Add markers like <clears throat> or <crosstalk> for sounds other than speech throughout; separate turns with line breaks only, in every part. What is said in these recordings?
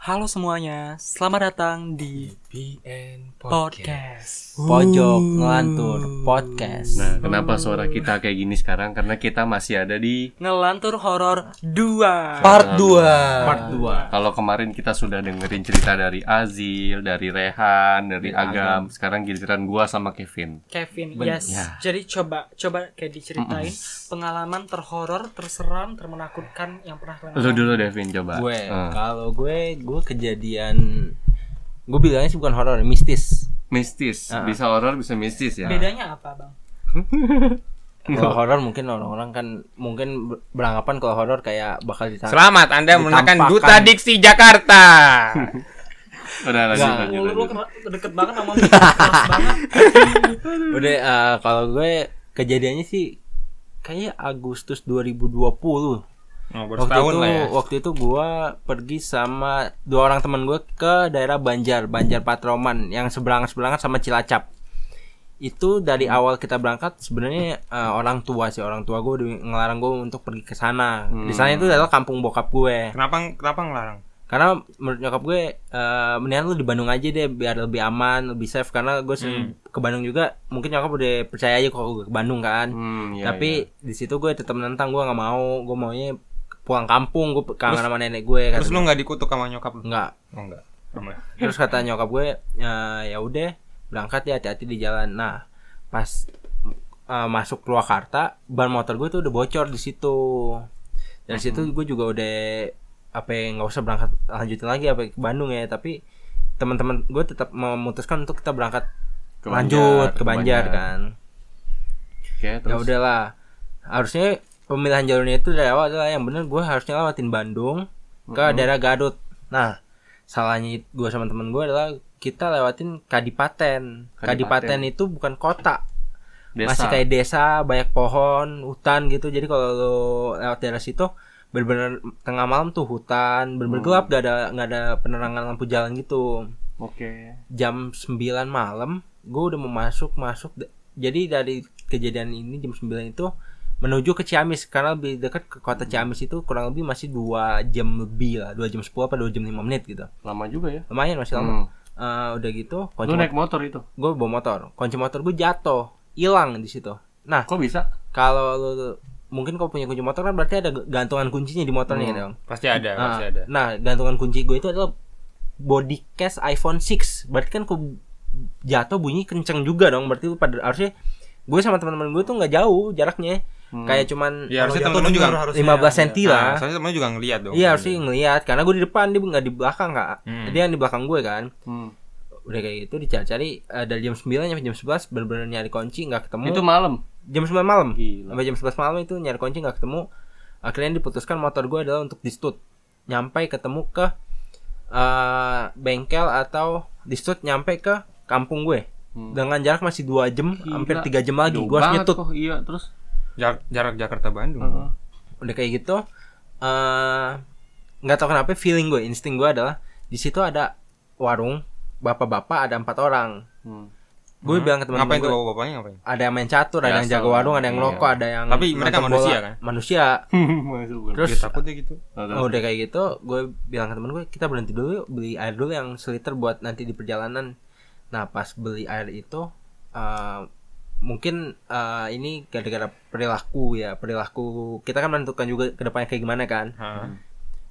Halo semuanya, selamat datang di
BN
podcast Pojok
Uh.
Ngelantur Podcast
Nah,
Oh.
kenapa suara kita kayak gini sekarang? Karena kita masih ada di
Ngelantur Horor 2
Part 2
Part 2
Kalau kemarin kita sudah dengerin cerita dari Azil, dari Rehan, dari Agam, sekarang giliran gua sama Kevin.
Kevin,
Ben-
yes
Ya.
Jadi coba, coba kayak diceritain Pengalaman terhoror, terseram, termenakutkan yang pernah kalian
Lu dulu Devin coba.
Gue
Eh,
Kalau gue Gue kejadian Gue bilangnya sih bukan horor Mistis
mistis,
Ah.
bisa horor bisa mistis ya.
Bedanya apa bang?
Kalau horor mungkin orang-orang kan Mungkin ber- beranggapan kalau horor kayak bakal ditangkap
Selamat Anda menggunakan
Ditampakkan.
Duta Diksi Jakarta.
Udah lanjut
Enggak.
lanjut.
Lu, lu
lanjut.
kena- deket banget sama mic, keras banget
Udah eh, Kalau gue Kejadiannya sih Kayaknya Agustus 2020
<laughs> Oh, baru
Waktu
setahun
itu,
lah ya.
waktu itu gue pergi sama dua orang teman gue ke daerah Banjar, Banjar Patroman yang seberangan seberangan sama Cilacap. Itu dari
Hmm.
awal kita berangkat sebenarnya eh, orang tua sih orang tua gue ngelarang gue untuk pergi ke sana. Di sana
Hmm.
itu adalah kampung bokap gue.
Kenapa kenapa ngelarang?
Karena menurut nyokap gue eh, mendingan lu di Bandung aja deh biar lebih aman, lebih safe karena gue
Hmm.
sering ke Bandung juga. Mungkin nyokap udah percaya aja kalau gue ke Bandung kan
Hmm, iya,
tapi di situ gue tetap menentang gue nggak mau gue maunya pulang kampung gue kangen sama nenek gue kata
Terus lu nggak dikutuk sama nyokap lu?
nggak
Oh, enggak. Sama.
terus kata nyokap gue "Ya- ya udah berangkat ya hati-hati di jalan nah pas eh, masuk Purwakarta ban motor gue tuh udah bocor di situ dari situ
Hmm.
gue juga udah apa ya, nggak usah berangkat lanjutin lagi apa ke Bandung ya tapi teman-teman gue tetap memutuskan untuk kita berangkat
Ke Banjar,
lanjut
ke
ke Banjar
Banjar.
kan
Oke,
ya
terus.
udahlah harusnya pemilihan jalurnya itu dari awal adalah yang benar gue harusnya lewatin Bandung ke daerah Garut nah salahnya gue sama temen gue adalah kita lewatin Kadipaten
Kadipaten.
Kadipaten, itu bukan kota
Desa.
masih kayak desa banyak pohon hutan gitu jadi kalau lo lewat daerah situ bener-bener tengah malam tuh hutan
Mm.
bener-bener gelap gak ada gak ada penerangan lampu jalan gitu
Oke.
jam 9 malam gue udah mau masuk masuk Da- jadi dari kejadian ini jam 9 itu menuju ke Ciamis karena lebih dekat ke kota
Hmm.
Ciamis itu kurang lebih masih dua jam lebih lah dua jam 10 apa dua jam 5 menit gitu
Lama juga ya.
lumayan masih
Hmm.
lama Eh, udah gitu kunci
Lu naik motor itu.
gue bawa motor kunci motor gue jatuh hilang di situ nah
Kok bisa?
kalau lu mungkin kau punya kunci motor kan berarti ada gantungan kuncinya di motornya
Hmm.
gitu
Pasti ada,
Nah,
pasti ada.
Nah, gantungan kunci gue itu adalah body case iPhone 6. Berarti kan ku jatuh bunyi kenceng juga dong. Berarti lu pada harusnya gue sama teman-teman gue tuh nggak jauh jaraknya. Kayak cuman
Ya harusnya
Jatuh
temen lu juga
denger harusnya.
15 senti
Nah,
lah.
soalnya temen lu juga ngelihat dong.
Iya harusnya ngelihat karena gue di depan dia nggak di belakang kak.
Hmm.
Dia yang di belakang gue kan.
Hmm.
Udah kayak gitu dicari-cari eh, dari jam 9 sampai jam 11 bener-bener nyari kunci nggak ketemu.
Itu malam.
jam 9 malam.
Gila.
Sampai jam 11 malam itu nyari kunci nggak ketemu. Akhirnya diputuskan motor gue adalah untuk distut. Nyampe ketemu ke eh, bengkel atau distut nyampe ke kampung gue. Dengan jarak masih 2 jam,
Hmm. Gila.
hampir 3 jam lagi
Jauh
gue harus
banget
nyetut.
kok. Iya, terus.
Jar- jarak Jakarta Bandung.
Ah. Hmm. Udah kayak gitu eh, nggak tahu kenapa feeling gue, insting gue adalah di situ ada warung bapak-bapak ada empat orang.
Hmm.
Gue bilang ke teman
Ngapain tuh
gue,
bapak bapaknya ngapain?
ada yang main catur, ada yang
Biasa
jaga
lah.
warung, ada yang
Iya.
loko, ada yang
Tapi mereka
nonton
manusia
bola.
kan?
Manusia.
Hmm. <laughs> Masuk
Terus
Dia takut deh gitu.
Oh, udah kayak gitu, gue bilang ke temen gue kita berhenti dulu yuk, beli air dulu yang seliter buat nanti di perjalanan. Nah pas beli air itu eh, mungkin eh, ini gara-gara perilaku ya perilaku kita kan menentukan juga kedepannya kayak gimana kan.
Hah.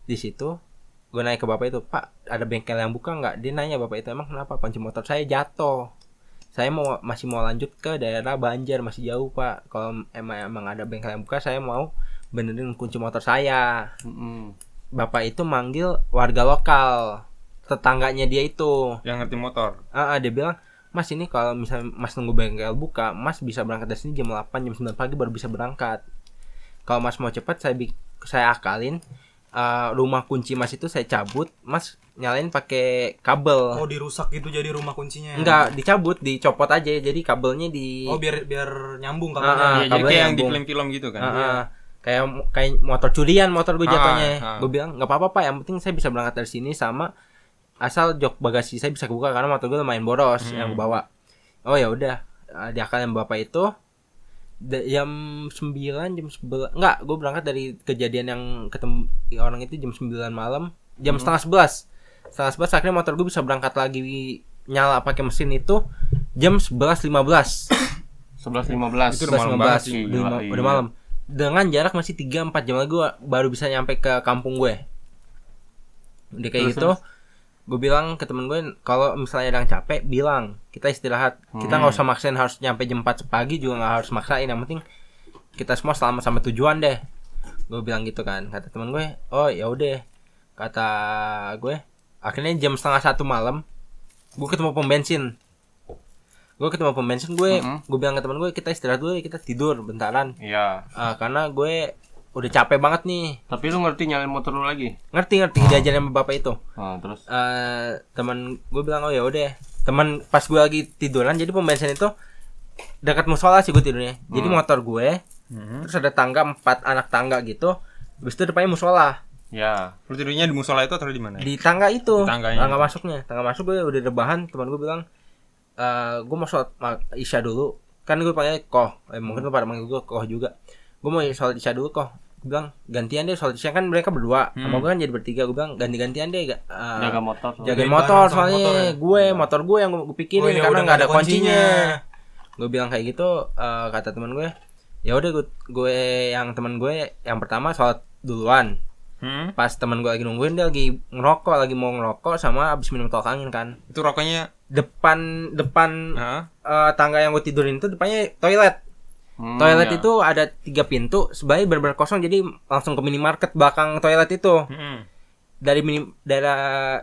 Di situ gue nanya ke bapak itu Pak ada bengkel yang buka nggak? Dia nanya bapak itu emang kenapa kunci motor saya jatuh. Saya mau masih mau lanjut ke daerah Banjar masih jauh pak. Kalau emang emang ada bengkel yang buka saya mau benerin kunci motor saya
Mm-mm.
bapak itu manggil warga lokal tetangganya dia itu
Yang ngerti motor.
ah ah, dia bilang mas ini kalau misalnya mas nunggu bengkel buka mas bisa berangkat dari sini jam 8 jam 9 pagi baru bisa berangkat kalau mas mau cepat saya bik- saya akalin eh, rumah kunci mas itu saya cabut mas nyalain pakai
Oh
kabel
dirusak gitu jadi rumah kuncinya
ya.
enggak dicabut dicopot aja jadi kabelnya di
Oh biar biar nyambung
Ah, ah.
kabarnya
Iya, jadi
kabelnya
kayak yang di
nyambung.
film-film gitu kan.
Ah, ah. kayak kayak motor curian motor gue
Ah,
jatuhnya
ah.
gue bilang nggak apa-apa pak yang penting saya bisa berangkat dari sini sama asal jok bagasi saya bisa kebuka karena motor gue lumayan boros yang gue bawa oh ya udah Ah, di akal yang bapak itu da- jam 9 jam 11 enggak gue berangkat dari kejadian yang ketemu orang itu jam 9 malam jam setengah 11 setengah sebelas akhirnya motor gue bisa berangkat lagi nyala pakai mesin itu jam sebelas lima belas
sebelas lima belas iya.
Itu udah malam banget sih,
udah, ma- udah malam dengan jarak masih 3 4 jam lagi gue baru bisa nyampe ke kampung gue udah kayak
Terus,
gitu gue bilang ke temen gue kalau misalnya ada yang capek bilang kita istirahat kita
Hmm.
nggak usah maksain harus nyampe jam 4 pagi juga nggak harus maksain yang penting kita semua selamat sama tujuan deh gue bilang gitu kan kata temen gue oh ya udah kata gue akhirnya jam setengah satu malam gue ketemu pom bensin gue ketemu pom bensin gue
Mm-mm.
gue bilang ke temen gue kita istirahat dulu ya, kita tidur bentaran
Iya.
Ah, karena gue udah capek banget nih
Tapi lu ngerti nyalain motor lu lagi?
ngerti ngerti diajarin sama bapak itu
Ah, terus
Eh teman gue bilang oh ya udah teman pas gue lagi tiduran jadi pom bensin itu dekat musola sih gue tidurnya jadi motor gue
Hmm.
terus ada tangga empat anak tangga gitu Habis itu depannya musola
ya.
Lu tidurnya di musola itu atau di mana?
di tangga itu
Di tangganya.
tangga masuknya tangga masuk gue udah rebahan teman gue bilang eh gue mau sholat ma- isya dulu kan gue panggil koh eh, mungkin lu pada manggil gue koh juga gue mau sholat isya dulu koh gue bilang gantian deh sholat isya kan mereka berdua sama
Hmm.
gue kan jadi bertiga gue bilang ganti gantian deh ga- eh,
Jaga motor. soalnya.
jagain
Jagain
motor
barang Oh, sama
soalnya
motor ya?
gue motor gue yang gue pikirin
Oh, iya,
karena
udah
nggak ada
nggak ada
kuncinya,
kuncinya.
gue bilang kayak gitu eh, kata teman gue ya udah gue, gue yang teman gue yang pertama sholat duluan
Hmm?
pas teman gue lagi nungguin dia lagi ngerokok lagi mau ngerokok sama abis minum tolak angin kan
Itu rokoknya
depan depan
Hah?
eh, tangga yang gue tidurin itu depannya toilet
Hmm,
toilet
iya.
ya.
itu ada tiga pintu sebaliknya benar-benar kosong jadi langsung ke minimarket belakang toilet itu
Hmm.
dari minim dari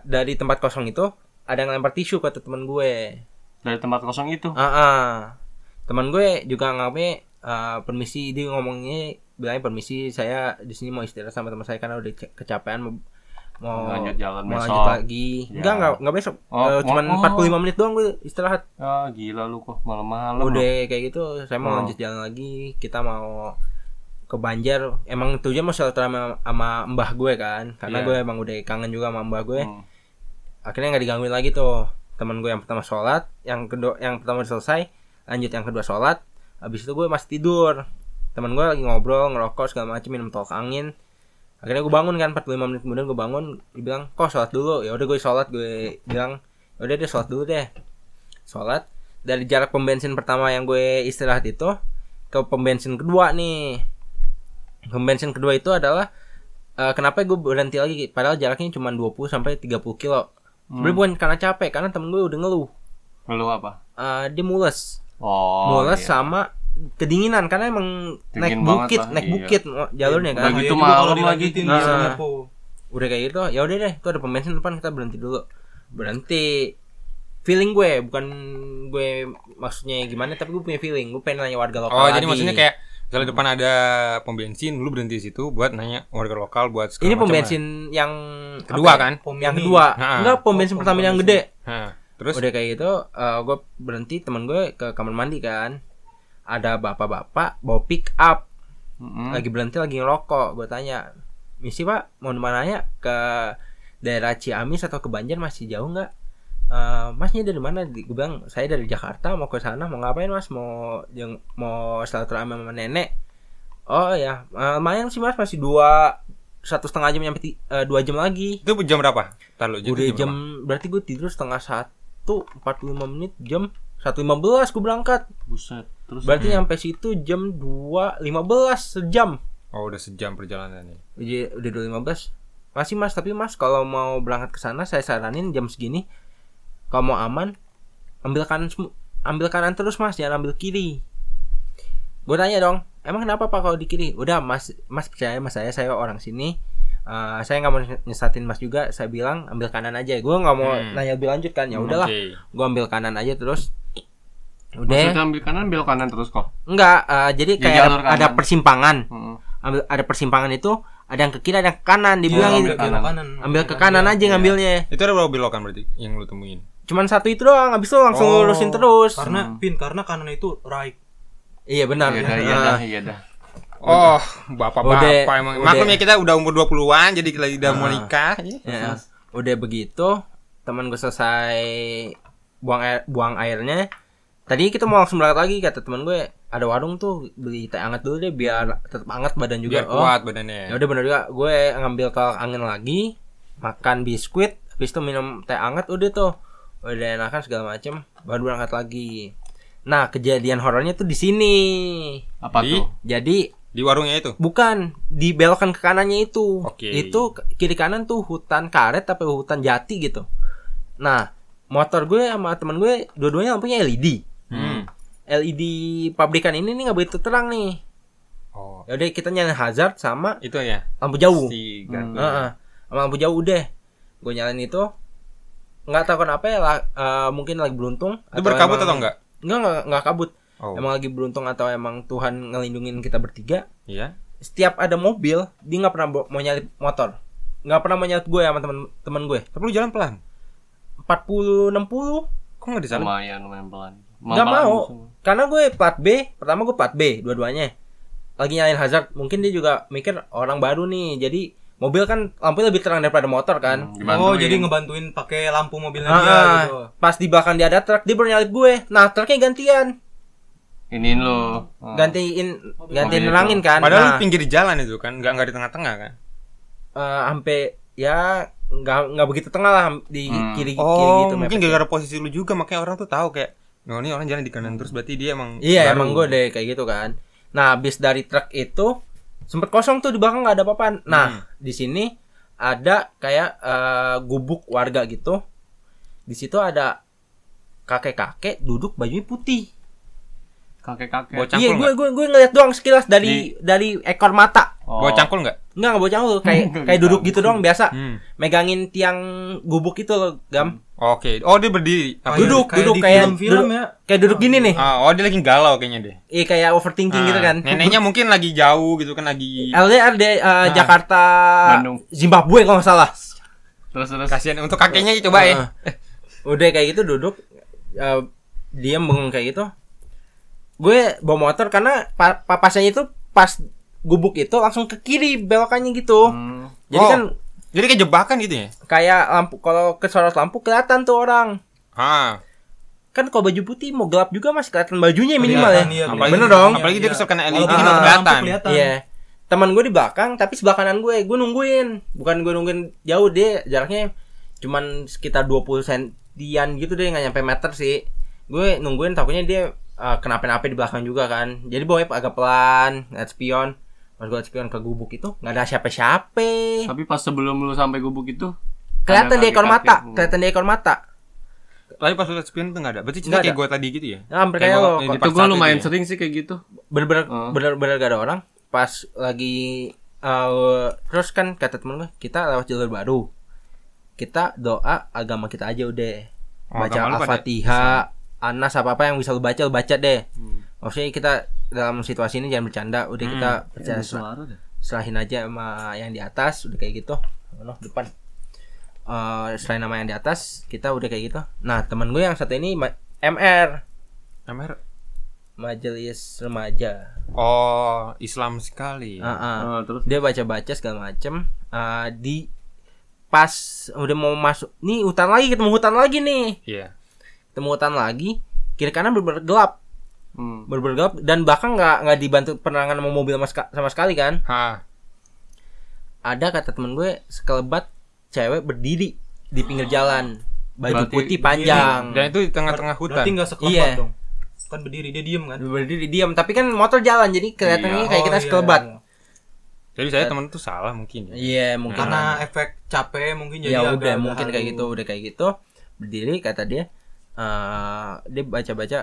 dari tempat kosong itu ada yang lempar tisu kata teman gue
dari tempat kosong itu.
ah teman gue juga ngampe eh, permisi dia ngomongnya bilangnya permisi saya di sini mau istirahat sama teman saya karena udah ce- kecapean mau mau
Lanjut jalan
mau
besok.
lanjut lagi
Ya.
enggak enggak enggak besok
Oh,
Eh,
oh,
cuman
oh.
45 menit doang gue istirahat
Ah, gila lu kok malam-malam.
udah kayak gitu saya mau
Oh.
lanjut jalan lagi kita mau ke Banjar emang tujuan mau silaturahmi sama, sama mbah gue kan karena
Iya.
gue emang udah kangen juga sama mbah gue
Hmm.
akhirnya nggak digangguin lagi tuh teman gue yang pertama sholat yang kedua yang pertama udah selesai lanjut yang kedua sholat habis itu gue masih tidur teman gue lagi ngobrol ngerokok segala macem minum tolak angin akhirnya gue bangun kan 45 menit kemudian gue bangun dibilang kok sholat dulu ya udah gue sholat gue bilang "Ya udah deh sholat dulu deh sholat dari jarak pom bensin pertama yang gue istirahat itu ke pom bensin kedua nih pom bensin kedua itu adalah eh, kenapa gue berhenti lagi padahal jaraknya cuma 20 sampai 30 kilo
Hmm.
sebenarnya bukan karena capek karena temen gue udah ngeluh
Lu apa?
Eh, dia mules
Oh.
mules
iya.
sama kedinginan karena emang
Dingin
naik
banget
bukit
lah,
naik
iya.
bukit mo- jalurnya kan
Udah
Ya,
gitu
Bahaya juga kalau
malam lagi.
dilanjutin,
Nah.
bisa nyapu.
Iya,
udah kayak gitu ya udah deh tuh ada pom bensin depan kita berhenti dulu berhenti feeling gue bukan gue maksudnya gimana tapi gue punya feeling gue pengen nanya warga lokal
Oh, jadi
lagi.
maksudnya kayak misalnya depan ada pom bensin, lu berhenti di situ buat nanya warga lokal buat segala
ini pom
macam lah.
bensin yang
kedua
apa ya?
kan?
yang kedua
Nah.
enggak pom bensin pertama yang gede
Hah. Terus
udah kayak gitu eh, gue berhenti temen gue ke kamar mandi kan ada bapak-bapak bawa pick up
Mm-mm.
lagi berhenti lagi ngerokok gue tanya misi pak mau nanya ke daerah Ciamis atau ke Banjar masih jauh nggak Eh, masnya dari mana Di- gue bilang saya dari Jakarta mau ke sana mau ngapain mas mau yang mau silaturahmi sama nenek oh ya eh, lumayan sih mas masih dua satu setengah jam nyampe ti- eh, dua jam lagi
itu jam berapa? Entar lu jadi
udah jam berarti gue tidur setengah satu empat puluh lima menit jam satu lima belas gue berangkat
Buset. Terus
berarti nyampe situ jam dua lima belas sejam
berapa? Oh, udah sejam perjalanan nih.
Uji- udah 215 masih mas tapi mas kalau mau berangkat ke sana saya saranin jam segini kalau mau aman ambil kanan semu- ambil kanan terus mas jangan ambil kiri gue tanya dong emang kenapa pak kalau di kiri udah mas mas percaya mas saya saya orang sini Eh, saya nggak mau nyesatin mas juga saya bilang ambil kanan aja gue nggak mau
Hmm.
nanya lebih lanjut kan ya udahlah
Oke.
gue ambil kanan aja terus
Maksudnya
udah
ambil kanan, belok kanan terus kok.
enggak eh, jadi
Di
kayak
jalur
ada- ada
kanan.
persimpangan
Mm-mm.
ambil ada persimpangan itu ada yang ke kiri ada yang ke kanan dibilangin
Iya, ambil
ambil,
ke kanan.
ke kanan aja
Iya.
ngambilnya
Itu ada berapa belokan berarti yang lu temuin?
cuman satu itu doang habis itu langsung
Oh,
lurusin terus
karena pin karena kanan itu right
iya benar
Iya dah, iya
Nah,
dah, iya dah.
Oh, bapak-bapak
Udah,
emang.
udah. Ah.
Maklum ya kita udah umur 20-an jadi kita udah mau nikah.
ya.
iya.
udah begitu teman gue selesai buang air, buang airnya tadi kita mau langsung berangkat lagi kata teman gue ada warung tuh beli teh hangat dulu deh biar tetap hangat badan juga
Biar
Oh, ya
kuat badannya.
udah benar juga gue ngambil tolak angin lagi makan biskuit Habis itu minum teh anget udah tuh. Udah enakan segala macem baru berangkat lagi. Nah, kejadian horornya tuh di sini.
Apa
Di-
tuh?
Jadi
Di warungnya itu.
bukan dibelokkan ke kanannya itu.
Oke.
Itu ke- kiri kanan tuh hutan karet tapi hutan jati gitu. Nah, motor gue sama temen gue dua-duanya lampunya LED.
Hmm.
LED E pabrikan ini nih nggak begitu terang nih.
Oh,
Ya udah kita nyalain hazard sama
itu ya.
lampu jauh.
Si
Heeh.
garpu.
Sama lampu jauh deh. Gue nyalain itu nggak tahu kenapa ya la- eh, mungkin lagi beruntung
Itu berkabut atau
emang-
enggak?
Nggak, nggak nggak kabut.
Oh.
Emang lagi beruntung atau emang Tuhan ngelindungin kita bertiga.
Iya.
Setiap ada mobil, dia nggak pernah bo- mau nyalip motor. Nggak pernah mau nyalip gue sama temen-temen gue.
Tapi lu jalan pelan.
40 60
Kok enggak di sana?
Lumayan, lumayan pelan.
Nggak
Pelan
mau.
semua.
Karena gue plat B, pertama gue plat B dua-duanya. Lagi nyalain hazard, mungkin dia juga mikir orang baru nih. Jadi mobil kan lampunya lebih terang daripada motor kan.
Hmm.
Dibantuin.
Oh, jadi ngebantuin pakai lampu
Iya,
mobilnya
Ah,
dia
ah.
gitu.
Pas di belakang dia ada truk, dia baru nyalip gue. Nah, truknya gantian.
Iniin lo.
Gantiin
Oh,
gantiin
Mobil itu.
nerangin kan.
gitu. Padahal
nah,
lu pinggir jalan itu kan, enggak enggak di tengah-tengah kan?
eh, sampai ya nggak nggak begitu tengah lah di
Hmm.
kiri kiri
Oh,
gitu
mungkin
mepet.
gara-gara posisi lu juga makanya orang tuh tahu kayak Oh ini orang jalan di kanan terus berarti dia emang
Iya,
baru.
emang gue deh kayak gitu kan. Nah, habis dari truk itu sempet kosong tuh di belakang nggak ada apa-apaan.
Hmm.
Nah, di sini ada kayak eh, gubuk warga gitu. Di situ ada kakek-kakek duduk bajunya putih.
Kakek-kakek.
Bocah. Cangkul
Iya, gue gue gue ngeliat doang sekilas dari dari ekor mata.
Oh.
Bawa cangkul enggak?
Enggak, enggak bocah lu kayak
Nggak
kayak duduk
bisa.
gitu doang biasa.
Hmm.
Megangin tiang gubuk itu loh, Gam.
Oke. Oh, dia berdiri. Apa?
Duduk,
kayak
duduk
di
kayak
film-film
duduk-
ya.
Kayak duduk gini nih.
Ah, oh dia lagi galau kayaknya deh.
Iya, kayak overthinking
Ah,
gitu kan. <laughs>
Neneknya mungkin lagi jauh gitu kan lagi
LDR deh eh, Jakarta
Bandung.
Zimbabwe kalau nggak salah.
Terus terus.
kasihan untuk kakeknya ya, coba ya.
Eh, Udah kayak gitu duduk eh, diam bengong kayak gitu. Gue bawa motor karena pa- papasnya itu pas gubuk itu langsung ke kiri belokannya gitu.
Hmm.
Jadi
Oh.
kan
Jadi kayak jebakan gitu ya.
kayak lampu kalau ke sorot lampu kelihatan tuh orang.
Ah,
Kan kalau baju putih mau gelap juga masih kelihatan bajunya minimal
Kelihatan,
ya.
iya,
apalagi
Bener
kelihatan.
dong.
Iya,
Apalagi dia
iya.
kesel kena LED,
Walaupun
nggak
lampu
kelihatan.
kelihatan.
Iya. Teman gue di belakang tapi sebelah kanan gue, gue nungguin. Bukan gue nungguin jauh dia jaraknya cuman sekitar 20 sentian gitu deh nggak nyampe meter sih. Gue nungguin takutnya dia eh, kenapa-napa di belakang juga kan. Jadi bawa agak pelan, lihat spion. Pas gue liat spion ke gubuk itu nggak ada siapa-siapa.
Tapi pas sebelum lu sampai gubuk itu
Kelihatan
ada
di ekor
kakek-kakek.
mata, kelihatan di ekor mata.
Tadi pas lu liat spion tuh enggak ada. Berarti cinta
Nggak ada.
kayak gue tadi gitu ya.
Nah, hampir
Kayak
kayak lo.
bawa- yang
Kalau-
Itu gua
Dipaksa
lumayan
gitu ya.
sering sih kayak gitu.
bener-bener
Heeh.
bener-bener gak ada orang pas lagi uh, terus kan kata temen gue kita lewat jalur baru kita doa agama kita aja udah
Oh,
baca
agama lu pada
al-fatihah anas apa apa yang bisa lu baca lu baca deh maksudnya kita dalam situasi ini jangan bercanda udah kita
Hmm.
percaya serah-
deh.
serahin aja sama yang di atas udah kayak gitu Mana, depan Eh selain nama yang di atas kita udah kayak gitu nah temen gue yang satu ini ma- MR
Amer.
majelis remaja
Oh, Islam sekali.
Ah, ah.
Ah, terus
dia baca-baca segala macem Eh, di pas udah mau masuk nih hutan lagi ketemu hutan lagi nih
Iya.
ketemu hutan lagi kiri kanan bener gelap
hmm.
bener gelap dan bahkan nggak nggak dibantu penerangan sama mobil sama, seka- sama sekali kan
Ha.
ada kata temen gue sekelebat cewek berdiri di pinggir jalan baju
Berarti
putih panjang
Dan itu di tengah-tengah hutan.
Berarti nggak sekelebat
Iya.
dong. Kan berdiri dia diem kan.
berdiri diam tapi kan motor jalan jadi kelihatannya kayak kita
Oh, iya,
sekelebat
iya.
Jadi saya teman tuh salah mungkin ya.
iya mungkin
Karena efek capek mungkin jadi
ya
agak-
udah
agak
mungkin kayak
halu.
gitu udah kayak gitu berdiri kata dia eh dia baca baca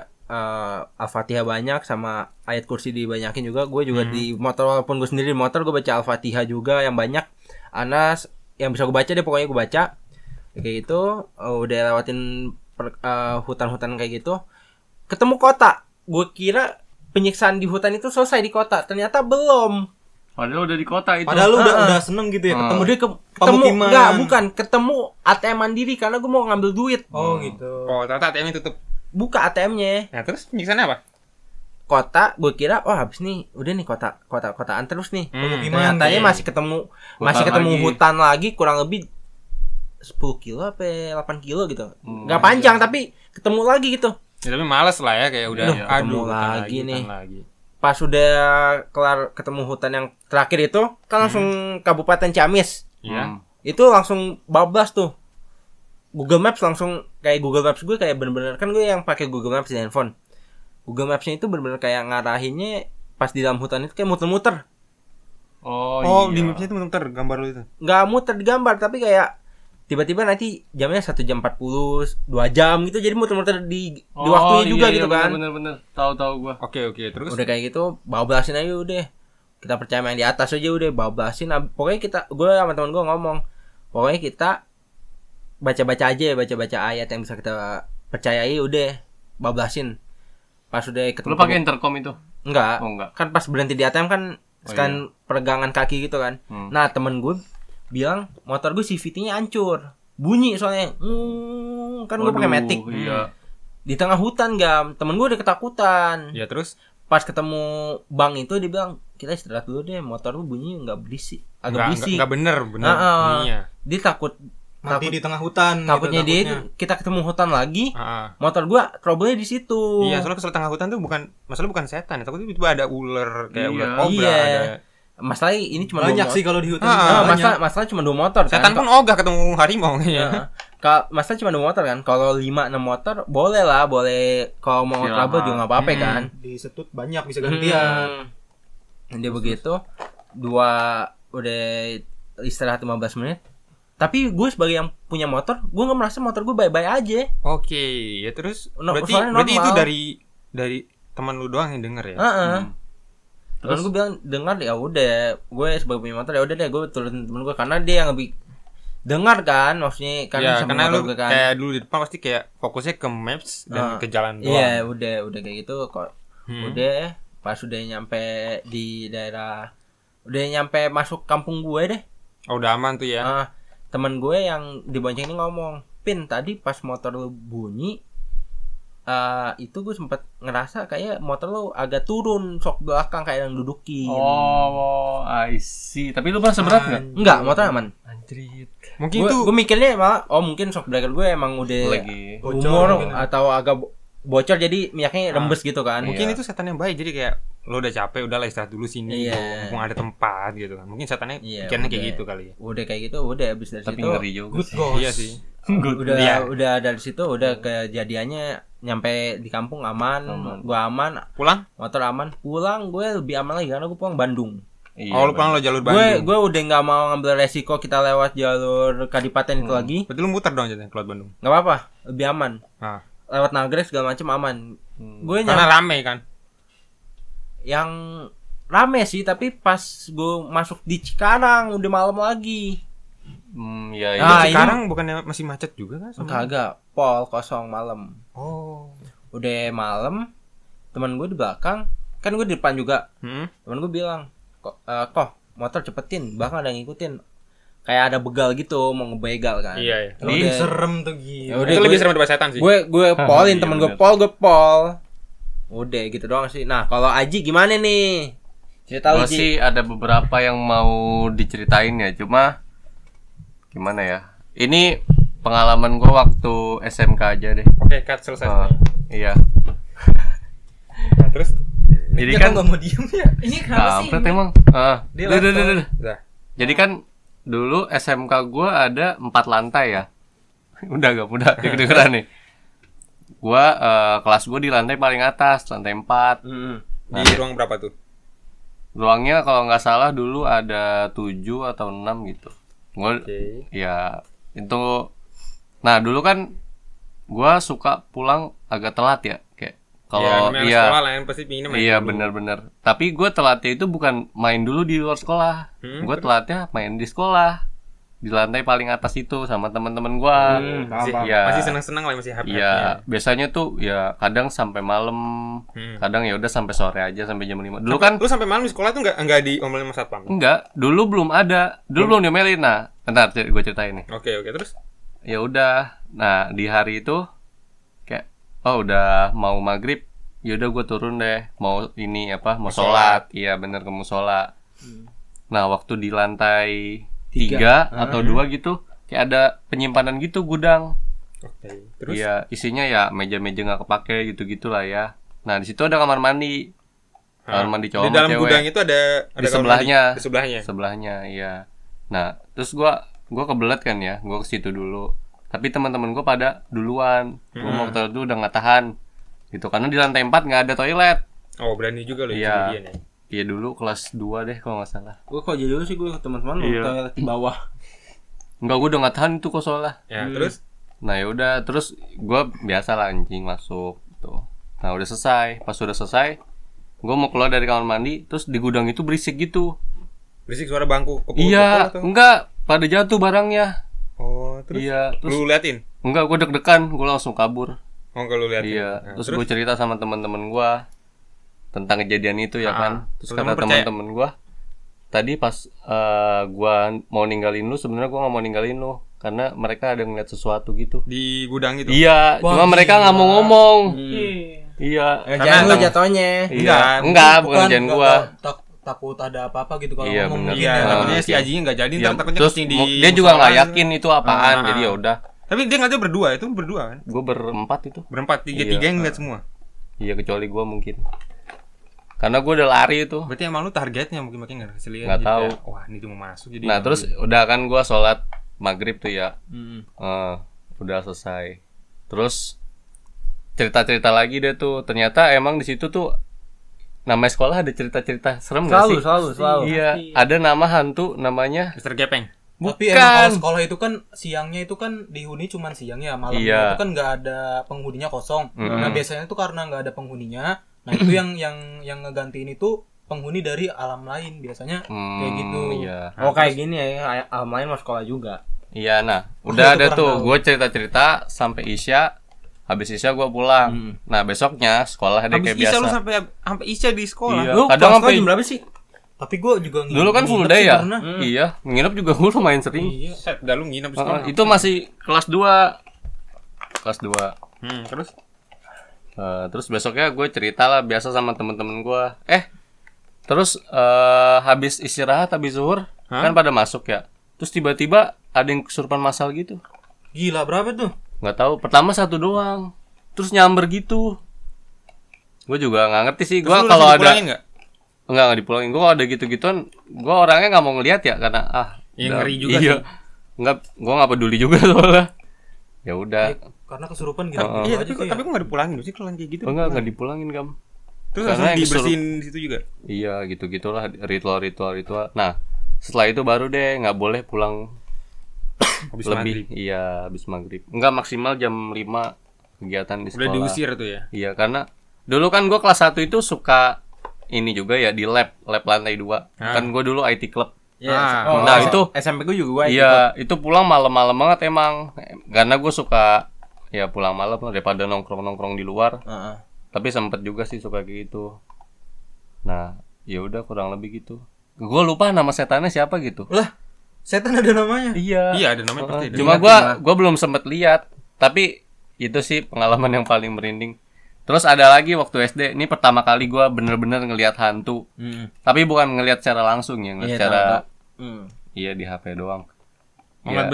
al-fatihah banyak sama ayat kursi dibanyakin juga gue juga di motor walaupun gue sendiri di motor gue baca al-fatihah juga yang banyak anas yang bisa gue baca deh pokoknya gue baca kayak gitu eh, udah lewatin per- eh, hutan-hutan kayak gitu ketemu kota gue kira penyiksaan di hutan itu selesai di kota ternyata belum
Padahal udah di kota itu.
Padahal lu udah
Ah, ah.
udah seneng gitu ya ketemu
ketemu dia ke- ketemu
Pemukiman.
enggak bukan ketemu ATM mandiri karena gue mau ngambil duit
Oh gitu.
Oh, ternyata ATM tutup.
buka ATM-nya
Nah, terus nyiksanya apa?
kota gue kira oh habis nih udah nih kota kota kotaan terus nih
Hmm.
Pemukiman.
ternyatanya masih ketemu masih
Hutan
ketemu
lagi.
hutan lagi kurang lebih 10 kilo apa 8 kilo gitu
Hmm,
nggak panjang tapi ketemu lagi gitu
Ya, tapi males lah ya kayak udah
Loh,
ketemu
bukan
lagi
bukan
nih. Hmm.
lagi.
pas udah kelar ketemu hutan yang terakhir itu kan langsung kabupaten Ciamis
Iya.
Hmm.
itu langsung bablas tuh Google Maps langsung kayak Google Maps gue kayak bener-bener kan gue yang pakai Google Maps di handphone. Google Mapsnya itu bener-bener kayak ngarahinnya pas di dalam hutan itu kayak muter-muter.
Oh,
Oh,
iya.
di mapsnya itu bentar gambar lu itu.
Nggak muter di gambar tapi kayak tiba-tiba nanti jamnya satu jam 40, 2 jam gitu jadi muter-muter di, di waktunya
Oh,
juga
iya,
gitu
iya,
kan.
Bener-bener tahu-tahu gua.
Oke, oke. Terus
udah kayak gitu bablasin aja udah kita percaya sama yang di atas aja udah bablasin Ab- pokoknya kita gue sama teman gue ngomong pokoknya kita baca-baca aja baca-baca ayat yang bisa kita percayai udah bablasin pas udah ketemu
Lu pakai intercom itu?
enggak
Oh, enggak.
kan pas berhenti di ATM kan kan peregangan kaki gitu kan
Hmm.
nah temen gue bilang motor gue CVT-nya hancur bunyi soalnya Hmm, kan gue pakai
Waduh,
matic
Iya.
di tengah hutan gam temen gue udah ketakutan
ya terus
pas ketemu bang itu dia bilang kita istirahat dulu deh motor lu bunyi nggak berisik agak
enggak
berisik
enggak bener, bener. ya.
Ah, ah.
Bunyinya.
dia takut
mati
takut
di tengah hutan gitu,
takutnya dia
takutnya.
itu kita ketemu hutan lagi
Ah, ah.
motor gua trouble-nya di situ
Iya, soalnya kesel tengah hutan tuh bukan masalah bukan setan, ya. takutnya tiba-tiba ada ular kayak
Iya.
ular kobra
Iya.
ada.
masalahnya ini cuma
banyak
dua
sih
motor.
kalau di hutan
Ah,
banyak.
Ah, masalah masalah cuma dua motor kan
Setan pun ogah ketemu
Iya.
harimau ya.
Heeh. Kalau masalah cuma dua motor kan kalau lima enam motor boleh lah boleh kalau mau
Silakan.
trouble juga nggak apa-apa
Hmm.
kan
di setut banyak bisa gantian
Hmm. Dia begitu dua udah istirahat 15 menit. Tapi gue sebagai yang punya motor, gue nggak merasa motor gue baik-baik aja.
Oke, ya terus
No,
berarti
soalnya
berarti itu
normal. Ah,
dari dari teman lu doang yang denger ya.
Heeh.
Hmm.
Terus gue bilang dengar ya udah, gue sebagai punya motor ya udah deh gue turutin temen gue karena dia yang lebih dengar kan maksudnya
ya,
karena sama
karena
motor
lu
gue kan.
kayak dulu di depan pasti kayak fokusnya ke maps dan
Ah.
ke jalan doang.
Iya, udah udah kayak gitu kok.
Hmm.
Udah pas udah nyampe di daerah udah nyampe masuk kampung gue deh.
Oh, udah aman tuh
Kan
ya.
Ah, temen gue yang dibonceng ini ngomong, Pin tadi pas motor lu bunyi, eh itu gue sempet ngerasa kayak motor lu agak turun sok belakang kayak yang dudukin.
Oh, I see. Tapi lu
Ah,
merasa berat enggak?
Enggak, motor aman.
Anjrit.
Mungkin
Gue
itu
gue mikirnya malah, oh mungkin shock breaker gue emang udah
Lagi. ya."
Bocor
umur
mungkin.
atau agak bo- bocor jadi minyaknya rembes gitu kan.
mungkin
Iya.
itu setan yang baik jadi kayak lo udah capek udahlah istirahat dulu sini
Iya.
mumpung ada tempat gitu kan mungkin setannya
Iya,
pikirannya kayak
udah.
gitu kali ya
Udah kayak gitu, udah abis dari
Tapi
situ.
ngeri juga
good
sih.
ghost
iya sih
<laughs> Good.
udah
Iya.
udah dari situ udah kejadiannya nyampe di kampung aman,
Hmm. Aman.
gua aman,
pulang
motor aman pulang gue lebih aman lagi karena gue pulang Bandung,
Iya,
oh lo pulang lo jalur
gue
Bandung
gue udah nggak mau ngambil resiko kita lewat jalur kadipaten itu lagi
berarti lo muter dong jadi keluar Bandung
nggak apa-apa lebih aman
nah,
lewat nagrek segala macem aman
Hmm.
gue
karena
nyam-
rame kan
yang rame sih tapi pas gue masuk di Cikarang udah malam lagi
Hmm, iya, iya.
Ah, ini- Oh,
sekarang bukannya masih macet juga kan sama-
kagak pol kosong malam
oh
udah malam teman gue di belakang kan gue di depan juga
hmm?
temen gue bilang kok eh, Koh, motor cepetin bahkan ada yang ngikutin kayak ada begal gitu mau ngebegal kan
iya ya
Ya udah.
serem tuh gila
Ya udah,
itu
gue-
lebih serem daripada setan sih
gue gue polin
Iya,
temen gue
bener.
pol gue pol udah gitu doang sih nah kalau Aji gimana nih cerita
Gua
Aji
sih ada beberapa yang mau diceritain ya, cuma gimana ya? Ini pengalaman gua waktu SMK aja deh.
oke cut selesai
Ah, iya.
Nah, terus
Jadi kan
nggak mau diem ya
Ini kenapa sih?
kampret emang. Ah,
Dia
duh, duh, duh, duh.
udah
Jadi kan dulu SMK gua ada empat lantai ya. <laughs> udah gak udah kedengeran nih. Gua eh, kelas gua di lantai paling atas, lantai 4.
Mm.
di ruang berapa tuh
Ruangnya kalau nggak salah dulu ada 7 atau 6 gitu. Gua ya itu nah dulu kan gua suka pulang agak telat ya kayak kalau
namanya anak
iya
sekolah lah yang pasti pinginnya main
iya
dulu.
benar-benar tapi gue telatnya itu bukan main dulu di luar sekolah
Hmm,
gue telatnya main di sekolah di lantai paling atas itu sama teman-teman gue
masih,
Iya.
masih senang-senang lah masih happy
Iya, biasanya tuh ya kadang sampai malam,
Hmm.
kadang ya udah sampai sore aja sampai jam 5. Dulu kan
lu sampai malam di sekolah tuh nggak nggak diomelin sama satpam
enggak, dulu belum ada. Dulu belum diomelin. Nah, bentar gue ceritain nih.
Oke oke terus
ya udah nah di hari itu kayak oh udah mau maghrib ya udah gue turun deh mau ini apa mau sholat iya bener ke musola
Hmm.
nah waktu di lantai tiga,
Ah.
atau dua gitu kayak ada penyimpanan gitu gudang
Oke terus
iya isinya ya meja-meja nggak kepake gitu gitulah ya nah di situ ada kamar mandi kamar mandi cowok
di
sama
dalam
cewek
gudang itu ada ada
di
kamar
sebelahnya
mandi. di sebelahnya
iya. sebelahnya iya nah terus gua gua kebelet kan ya gua ke situ dulu tapi teman-teman gue pada duluan gue mau ke toilet dulu udah nggak tahan gitu karena di lantai 4 nggak ada toilet
Oh berani juga loh
Iya.
kejadian ya.
Iya dulu kelas 2 deh kalau nggak salah
Gue kalau jadi lu sih gue ke teman-teman
Iya.
lu toilet di bawah.
Enggak gue udah nggak tahan itu kok soalnya
Ya terus
Nah yaudah terus gue biasa lah anjing masuk tuh. Nah udah selesai, pas udah selesai gue mau keluar dari kamar mandi, terus di gudang itu berisik gitu.
berisik suara bangku kepukul-pukul
iya,
atau-
enggak pada jatuh barangnya.
Oh terus
Iya, terus
lu liatin.
enggak gue deg-degan, gue langsung kabur.
Oh enggak lu liatin.
Iya,
Nah,
terus, gue cerita sama teman-teman gue tentang kejadian itu ya kan. Terus
Teman-teman
kata
percaya?
teman-teman gue tadi pas eh, gua gue mau ninggalin lu, sebenarnya gue nggak mau ninggalin lu karena mereka ada ngeliat sesuatu gitu.
di gudang itu.
Iya, cuma mereka nggak mau ngomong.
Iya.
Iya.
Jangan lu
emang-
jatuhnya.
Iya.
Enggak,
Enggak, bukan kerjaan
enggak,
gua.
tak- tak- takut ada apa-apa gitu kalau
Iya, bener.
ngomong mungkin
Iya,
ya.
Nah,
takutnya si
iya.
Aji nggak jadi,
Iya,
ntar takutnya
terus
kencing
mu-
di
dia juga nggak
musola.
yakin itu apaan, jadi ya udah.
Tapi dia nggak tahu berdua, itu berdua kan?
Gue berempat itu.
Berempat, tiga tiga yang ngeliat semua.
Iya kecuali gua mungkin. Karena gua udah lari itu.
Berarti emang lu targetnya mungkin makin nggak kasih lihat.
Nggak
jadi
tahu.
kayak, Wah ini tuh mau masuk
Nah
jadi. nggak
terus
boleh.
udah kan gua sholat maghrib tuh ya.
Hmm.
Eh, udah selesai. Terus cerita-cerita lagi deh tuh. Ternyata emang di situ tuh namanya sekolah ada cerita-cerita serem nggak
Selalu,
sih?
selalu, selalu.
Iya, ada nama hantu namanya
Mister Gepeng.
Tapi emang kalau
Bukan.
sekolah itu kan siangnya itu kan dihuni cuman siangnya, malamnya
Iya.
itu kan nggak ada penghuninya kosong. Nah biasanya itu karena nggak ada penghuninya, nah itu yang yang yang ngegantiin itu penghuni dari alam lain biasanya kayak
Hmm,
gitu.
Iya.
Oh kayak gini ya, Almain mau sekolah juga.
Iya nah, udah
itu
ada
kurang
tuh.
tahu.
Gue cerita-cerita sampai Isya, habis Isya gue pulang. Nah besoknya sekolah deh
Habis
kayak
Isya
biasa.
lu sampai sampai Isya di sekolah.
Iya.
Lu kadang
Kadang sampai-
jam berapa sih?
Tapi gue juga nginep-
Dulu kan full
nginep
day
sih
ya.
pernah.
Iya, nginep juga gue lumayan sering.
Iya.
Set, dah lu nginep di
Heeh,
sekolah.
itu masih kelas 2 kelas 2
Hmm, terus
terus besoknya gue cerita lah biasa sama temen-temen gue. Eh, terus eh, habis istirahat habis zuhur kan pada masuk ya. Terus tiba-tiba ada yang kesurupan masal gitu.
Gila berapa tuh?
nggak tahu pertama satu doang terus nyamber gitu gue juga nggak ngerti sih gue
Lu
kalau
langsung
ada
dipulangin nggak?
nggak nggak dipulangin gue ada gitu gituan gue orangnya nggak mau ngelihat ya karena ah
Iya,
udah-
ngeri juga
iya.
sih.
nggak gue nggak peduli juga <laughs> soalnya ya udah
Karena kesurupan gitu. gitu
Iya,
aja
tapi
sih ya.
tapi gua nggak dipulangin sih kalau kayak gitu.
Oh, nggak nggak dipulangin kam
Terus
Karena
langsung
yang disuruh-
dibersihin di situ juga.
iya gitu gitulah ritual ritual ritual nah setelah itu baru deh nggak boleh pulang
<coughs> Habis
lebih
maghrib.
iya habis maghrib nggak maksimal jam 5 kegiatan di
Udah
sekolah
diusir tuh ya.
Iya karena dulu kan gue kelas 1 itu suka ini juga ya di lab lab lantai 2 kan gue dulu IT club
Ah.
Oh,
Nah,
oh,
itu-
SMP gue juga gue.
iya itu pulang malam-malam banget emang karena gue suka ya pulang malam lah, daripada nongkrong nongkrong di luar
Heeh.
tapi sempet juga sih suka kayak gitu nah ya udah kurang lebih gitu gue lupa nama setannya siapa gitu
Lah, setan ada namanya.
iya
Iya, ada namanya pasti ada.
Cuma gua gua belum sempet lihat, tapi itu sih pengalaman yang paling merinding. Terus ada lagi waktu SD, ini pertama kali gua bener-bener ngelihat hantu.
Hmm.
Tapi bukan ngelihat secara langsung ya, ngelihat
Iya,
secara
Hmm.
iya di HP doang.
Oh, ngeliat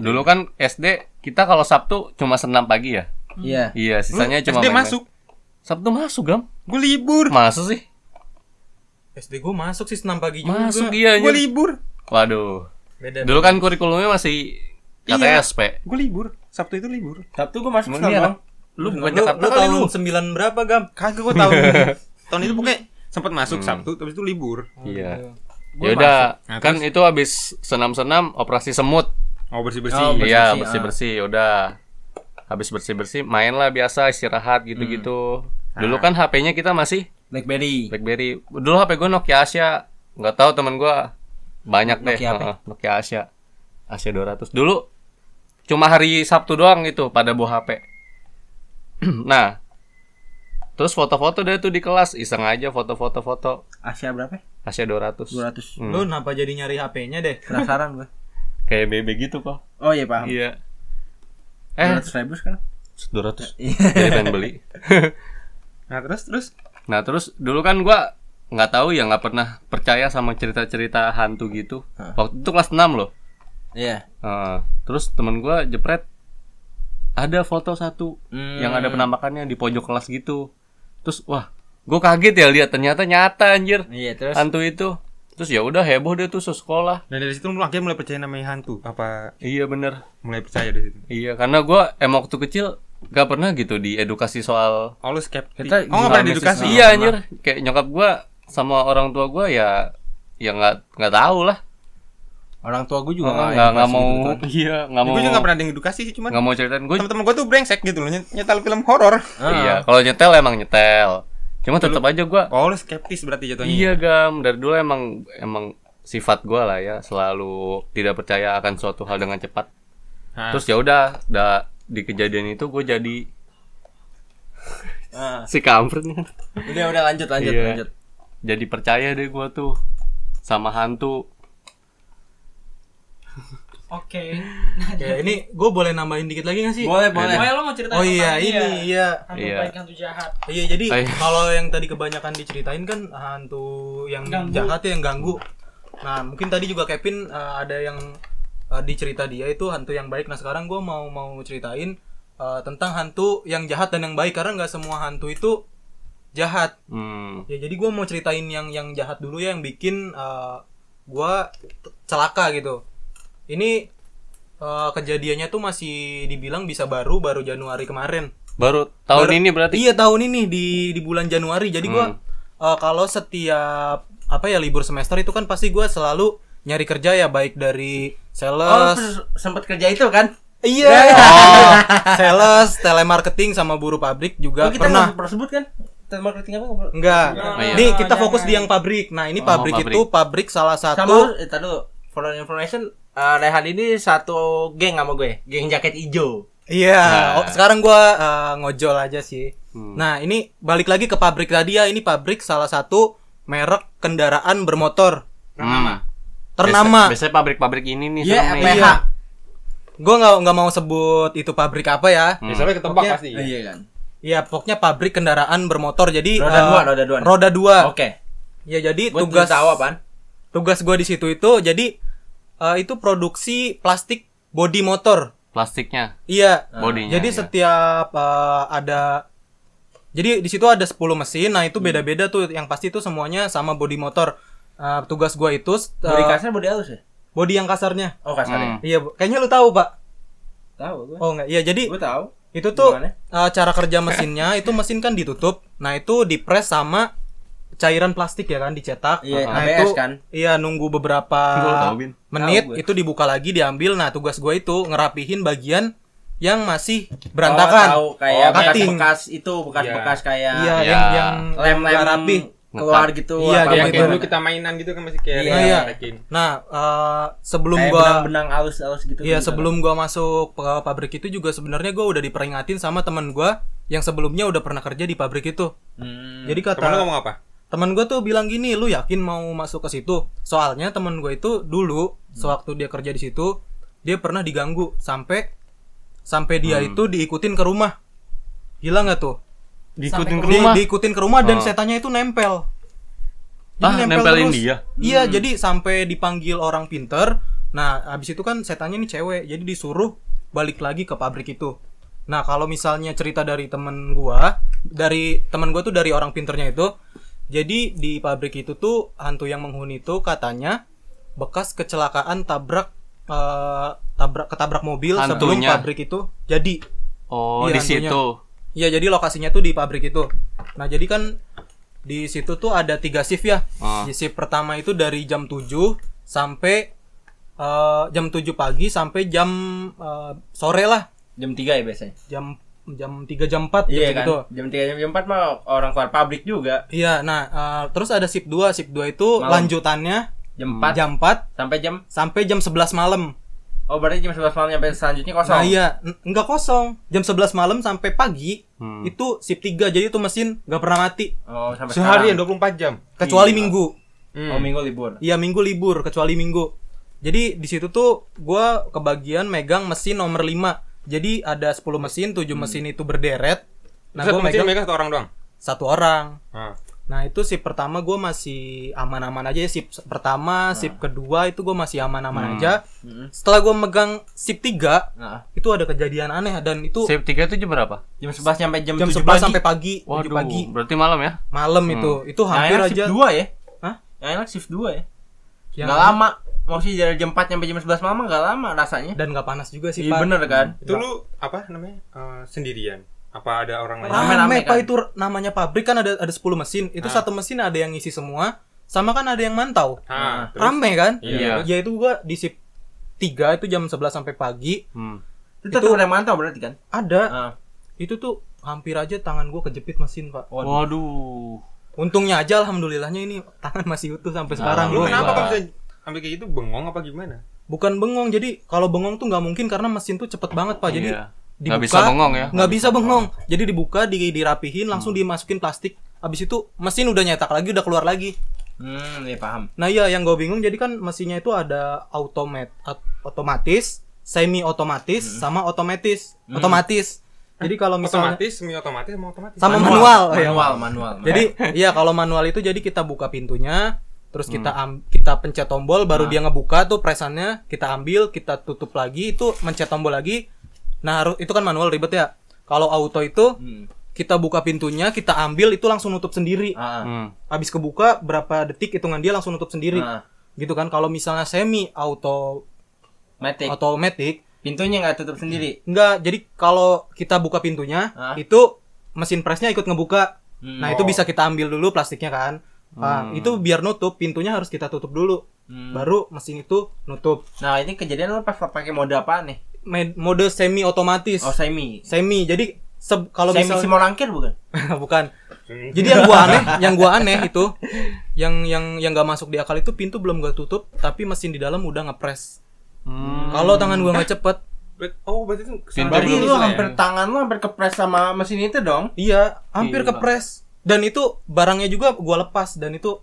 Eh, Dulu kan SD kita kalau Sabtu cuma senam pagi ya.
Iya.
Iya, sisanya cuma
SD
main-main.
Hmm. masuk.
Sabtu masuk, Gam.
Gue libur.
Masuk sih.
SD gue masuk sih senam pagi juga.
Masuk iya.
Gue
anjir.
libur.
Waduh.
Beda.
Dulu kan kurikulumnya masih katanya SP.
Gue libur. Sabtu itu libur.
Sabtu gue masuk
Ini
sekolah.
anak- Lu bukan
Lu,
Jakarta
lu
kali
tahun
lu.
9 berapa, Gam?
Kagak gue tahu. Tahun itu pokoknya sempat masuk Sabtu, tapi itu libur.
Iya. Ya udah,
Nah,
kan itu habis senam-senam operasi semut.
Oh
Oh,
bersih bersih.
bersih-bersih,
Iya,
ah.
bersih-bersih. Udah. Habis bersih-bersih main lah biasa istirahat gitu-gitu.
Hmm.
Dulu kan
Ah.
HP-nya kita masih
Blackberry.
BlackBerry. Dulu HP gue Nokia Asia. Nggak tahu teman gua banyak deh
Nokia apa?
Heeh, Nokia Asia. Asia 200. Dulu cuma hari Sabtu doang gitu pada bawa HP. <clears throat> nah, terus foto-foto deh tuh di kelas iseng aja foto-foto-foto
Asia berapa?
Asia 200.
200.
Lu kenapa jadi nyari HP-nya deh?
Penasaran gue.
Kayak BB gitu kok.
Oh iya paham.
Iya. Eh,
200 ribu sekarang.
200. Jadi pengen beli.
Nah terus terus.
<laughs> Nah, terus dulu kan gua nggak tahu ya nggak pernah percaya sama cerita-cerita hantu gitu. Waktu itu kelas 6 loh.
Iya.
Heeh. terus temen gua jepret ada foto satu
Hmm.
yang ada penampakannya di pojok kelas gitu. Terus wah, gua kaget ya lihat ternyata nyata anjir.
Iya terus
Hantu itu. Terus ya udah heboh dia tuh sekolah.
Dan dari situ lu akhirnya mulai percaya namanya hantu apa
Iya bener.
mulai percaya dari situ.
Iya karena gua emang waktu kecil gak pernah gitu diedukasi soal
Oh lu skeptik.
Kita-
oh nggak pernah diedukasi.
Iya anjir, kayak nyokap gua sama orang tua gua ya ya nggak nggak tahu lah.
Orang tua gue juga nggak
Oh, Nggak nggak
edukasi
mau
gitu kan.
iya nggak mau
Gue juga nggak pernah diedukasi sih cuman
nggak mau ceritain gue.
teman-teman gue tuh brengsek gitu loh nyet- nyetel film horor.
Iya, kalau nyetel emang nyetel. Cuma tetap aja gua
Oh lu skeptis berarti jatuhnya.
iya gam dari dulu emang emang sifat gua lah ya selalu tidak percaya akan suatu hal dengan cepat.
Nah.
Terus ya udah da- di kejadian itu gue jadi
Ah.
<laughs> si kampret nih.
Udah udah lanjut lanjut
Iya.
lanjut.
jadi percaya deh gua tuh sama hantu
Oke.
Ya ini gue boleh nambahin dikit lagi gak sih?
Boleh boleh.
Pokoknya lo mau ceritain
Oh
tentang
iya
dia.
ini iya.
Hantu
Iya.
baik hantu jahat.
Iya jadi
Ay.
kalau yang tadi kebanyakan diceritain kan hantu yang
Ganggu.
jahat ya, yang ganggu. Nah mungkin tadi juga Kevin eh, ada yang eh, dicerita dia itu hantu yang baik. Nah sekarang gue mau mau ceritain eh, tentang hantu yang jahat dan yang baik karena nggak semua hantu itu jahat.
hmm.
Ya jadi gue mau ceritain yang yang jahat dulu ya yang bikin eh, gua gue celaka gitu. Ini eh, kejadiannya tuh masih dibilang bisa baru baru Januari kemarin.
baru tahun
Baru-
ini berarti Hmm.
Iya tahun ini di di bulan Januari. Jadi gua eh, kalau setiap apa ya libur semester itu kan pasti gua selalu nyari kerja ya baik dari
Oh,
sales.
sempat kerja itu kan?
Iya.
<laughs>
sales, telemarketing sama buruh pabrik
Oh,
juga
kita
pernah.
nggak pernah sebut kan? Telemarketing apa? nggak pernah?
Enggak.
Oh,
iya.
Nih kita
jangan.
fokus di yang pabrik. Nah, ini
Oh,
pabrik,
pabrik.
itu pabrik salah
Sama
satu
eh, tar dulu. For your information, eh, Rehan ini satu geng sama gue, geng jaket hijau.
Iya,
Nah. Hmm.
oh, sekarang gua eh, ngojol aja sih. Nah, ini balik lagi ke pabrik tadi ya. Ini pabrik salah satu merek kendaraan bermotor
nama
ternama.
Hmm. biasanya pabrik-pabrik ini nih
Iya,
serem nih.
PH.
Iya. Gue nggak nggak mau sebut itu pabrik apa ya.
Hmm.
Biasanya ketebak
Pokoknya-
pasti.
Iya kan.
Ya pokoknya pabrik kendaraan bermotor. Jadi
Roda
eh,
dua, roda dua.
Roda dua.
Oke.
Ya jadi
Gue
Nah, tugas
tugas tahu apaan?
tugas gue di situ itu jadi eh, itu produksi plastik bodi motor.
plastiknya
Iya.
Ah.
Bodinya,
Jadi
iya.
setiap eh, ada jadi di situ ada 10 mesin. Nah,
Hmm.
itu beda-beda tuh yang pasti itu semuanya sama bodi motor. Eh, tugas gua itu eh,
Bodi kasar, bodi halus ya?
bodi yang kasarnya.
Oh kasar ya?
Hmm.
Iya, Bu. kayaknya lu tahu, Pak.
Tahu gue.
Oh, enggak. Iya, jadi
Gue tahu.
itu tuh
Gimana?
uh, cara kerja
<laughs>
mesinnya itu mesin kan ditutup nah itu dipres sama cairan plastik ya kan dicetak
Iya,
nah
ABS
itu
kan?
iya nunggu beberapa
Gua tahu, Bin.
menit
Tahu gue.
itu dibuka lagi diambil nah tugas gue itu ngerapihin bagian yang masih
Oh,
berantakan
tahu kayak
Oh, cutting.
bekas-bekas itu, bekas-bekas kayak
iya
Ya.
yang yang
lem-lem
nggak rapi
keluar gitu
Iya,
apa
Kayak
Iya,
kayak
iya.
dulu kita mainan gitu kan masih kayak
Iya,
iya.
rekin.
nah uh, sebelum
kayak
gua
benang-benang halus-halus gitu.
Iya
gitu.
sebelum gua masuk ke pabrik itu juga sebenarnya gua udah diperingatin sama teman gua yang sebelumnya udah pernah kerja di pabrik itu.
Hmm.
Jadi kata
Temen lu ngomong
Nah,
apa?
Temen gue tuh bilang gini, lu yakin mau masuk ke situ? Soalnya temen gue itu dulu sewaktu dia kerja di situ, dia pernah diganggu sampai sampai dia itu diikutin ke rumah. Gila nggak tuh?
diikutin
Sampai
ke
Di-
rumah
diikutin ke rumah dan
Oh.
setannya itu nempel.
ah nempelin
terus.
dia Hmm.
Iya, jadi sampai dipanggil orang pinter. Nah, abis itu kan setannya ini cewek, jadi disuruh balik lagi ke pabrik itu. Nah, kalau misalnya cerita dari temen gua, dari temen gua tuh dari orang pinternya itu, jadi di pabrik itu tuh hantu yang menghuni itu katanya bekas kecelakaan tabrak eh, tabrak ketabrak mobil sebelum
Hantunya.
pabrik itu jadi
oh
Iya,
di situ
Iya, jadi lokasinya tuh di pabrik itu. Nah, jadi kan di situ tuh ada tiga shift ya.
Ah.
Di shift pertama itu dari jam 7 sampai eh, jam 7 pagi sampai jam eh, sore lah.
jam 3 ya biasanya.
Jam jam 3 jam 4
Iya kan?
gitu.
Jam 3 jam, jam 4 mah orang keluar pabrik juga.
Iya, nah eh, terus ada shift 2. Shift 2 itu
Malam.
lanjutannya
Jam 4
jam 4
sampai jam
sampai jam 11 malam.
Oh berarti jam 11 malam sampai selanjutnya kosong.
Nah, iya, N- enggak kosong. Jam 11 malam sampai pagi
Hmm.
itu shift 3. Jadi itu mesin nggak pernah mati
Iya.
Oh sampai
Seharian
sekarang.
24 jam.
kecuali
Iya.
minggu.
Oh minggu libur.
Iya minggu libur kecuali minggu. Jadi di situ tuh gua kebagian megang mesin nomor 5 Jadi ada 10 mesin, 7 mesin itu berderet. Nah,
Satu
gua
mesin
megang
mereka satu orang doang.
satu orang.
Ah.
Nah, itu sip pertama gua masih aman-aman aja ya sip pertama, sip kedua itu gua masih aman-aman aja. Setelah gua megang sip 3
Nah,
itu ada kejadian aneh dan itu
shift tiga itu jam berapa
jam 11 sampai jam,
jam
7
11
pagi.
sampai pagi, tujuh
waduh
pagi,
berarti malam ya
malam itu. Itu
Yang
hampir
enak
aja.
shift 2 ya.
Hah?
Yang enak shift 2 ya.
Yang-
nggak lama maksudnya dari jam 4 sampai jam 11 malam nggak lama rasanya
dan nggak panas juga sih
iya
pak
bener kan
Itu lu apa namanya? eh, sendirian. Apa ada orang lain?
rame,
Rame-rame
pak
kan?
itu namanya pabrik kan ada ada 10 mesin itu satu mesin ada yang ngisi semua sama kan ada yang mantau
Ah, terus?
rame kan
Iya.
ya itu gua di shift 3 itu jam 11 sampai pagi
Hmm.
itu tetap ada yang mantau berarti kan
ada
Ah.
itu tuh hampir aja tangan gua kejepit mesin pak
Waduh.
untungnya aja alhamdulillahnya ini tangan masih utuh sampai sekarang
Ah, Lu
gua
kenapa
Wah.
kok bisa ambil kayak gitu? Bengong apa gimana?
bukan bengong jadi kalau bengong tuh nggak mungkin karena mesin tuh cepet banget pak jadi
Iya.
dibuka
Nggak bisa bengong ya.
nggak bisa bengong jadi dibuka di- dirapihin langsung dimasukin plastik abis itu mesin udah nyetak lagi udah keluar lagi
hmm ya paham
nah iya yang gue bingung jadi kan mesinnya itu ada automat at- otomatis semi otomatis sama otomatis otomatis jadi kalau misalnya
Otomatis, semi otomatis, sama otomatis.
sama manual, oh iya.
manual manual <laughs>
jadi iya kalau manual itu jadi kita buka pintunya terus kita am- kita pencet tombol baru dia ngebuka tuh presannya kita ambil kita tutup lagi itu mencet tombol lagi nah harus itu kan manual ribet ya kalau auto itu
Hmm.
kita buka pintunya kita ambil itu langsung nutup sendiri
Ah, ah.
Hmm.
habis kebuka berapa detik hitungan dia langsung nutup sendiri
Ah.
gitu kan kalau misalnya semi auto
Matic.
automatic
pintunya nggak tutup sendiri
enggak jadi kalau kita buka pintunya
Ah.
itu mesin presnya ikut ngebuka
Hmm.
nah itu bisa kita ambil dulu plastiknya kan Ah, itu biar nutup pintunya harus kita tutup dulu
Hmm.
baru mesin itu nutup
nah ini kejadian lo pas pakai mode apa nih
Med- mode semi otomatis
oh semi
semi jadi se- kalau
semi
misalnya
simorangkir bukan
<laughs> bukan jadi yang gua aneh yang gua aneh itu yang yang yang nggak masuk di akal itu pintu belum gua tutup tapi mesin di dalam udah ngepres
Hmm.
kalau tangan gua nggak cepet
Bet- Oh, berarti itu
Pintu belum
kesalahan dari
Berarti
lu
lu
lah ya?
hampir tangan lu hampir kepres sama mesin itu dong.
iya hampir
Gila.
kepres dan itu barangnya juga gua lepas dan itu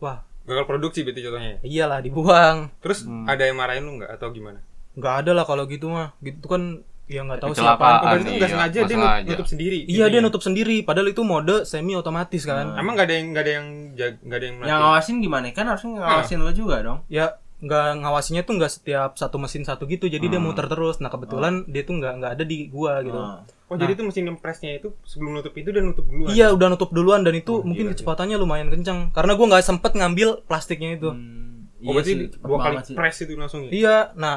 wah
Gagal produksi berarti contohnya. ya?
iyalah dibuang
Terus ada yang marahin lu nggak atau gimana?
nggak ada lah kalau gitu mah gitu kan ya nggak tahu
Kecelakaan.
siapa
Oh, berarti
iya,
itu nggak sengaja
nggak
dia
sengaja.
nutup sendiri.
iya dia
pintunya.
nutup sendiri padahal itu mode semi otomatis kan
Emang nggak ada yang nggak ada yang jag- nggak ada yang
Yang
melatih?
ngawasin gimana? Kan harusnya ngawasin lu juga dong.
ya nggak ngawasinya tuh nggak setiap satu mesin satu gitu jadi dia muter terus nah kebetulan dia tuh nggak nggak ada di gua gitu
Ah.
Oh, jadi itu mesin impresnya itu sebelum nutup pintu dan nutup duluan.
Iya udah nutup duluan dan itu mungkin kecepatannya lumayan kencang karena gua nggak sempet ngambil plastiknya itu.
Hmm, iya
Oh, berarti
sih, cepet
dua kali
banget sih.
press itu langsung ya?
Iya, nah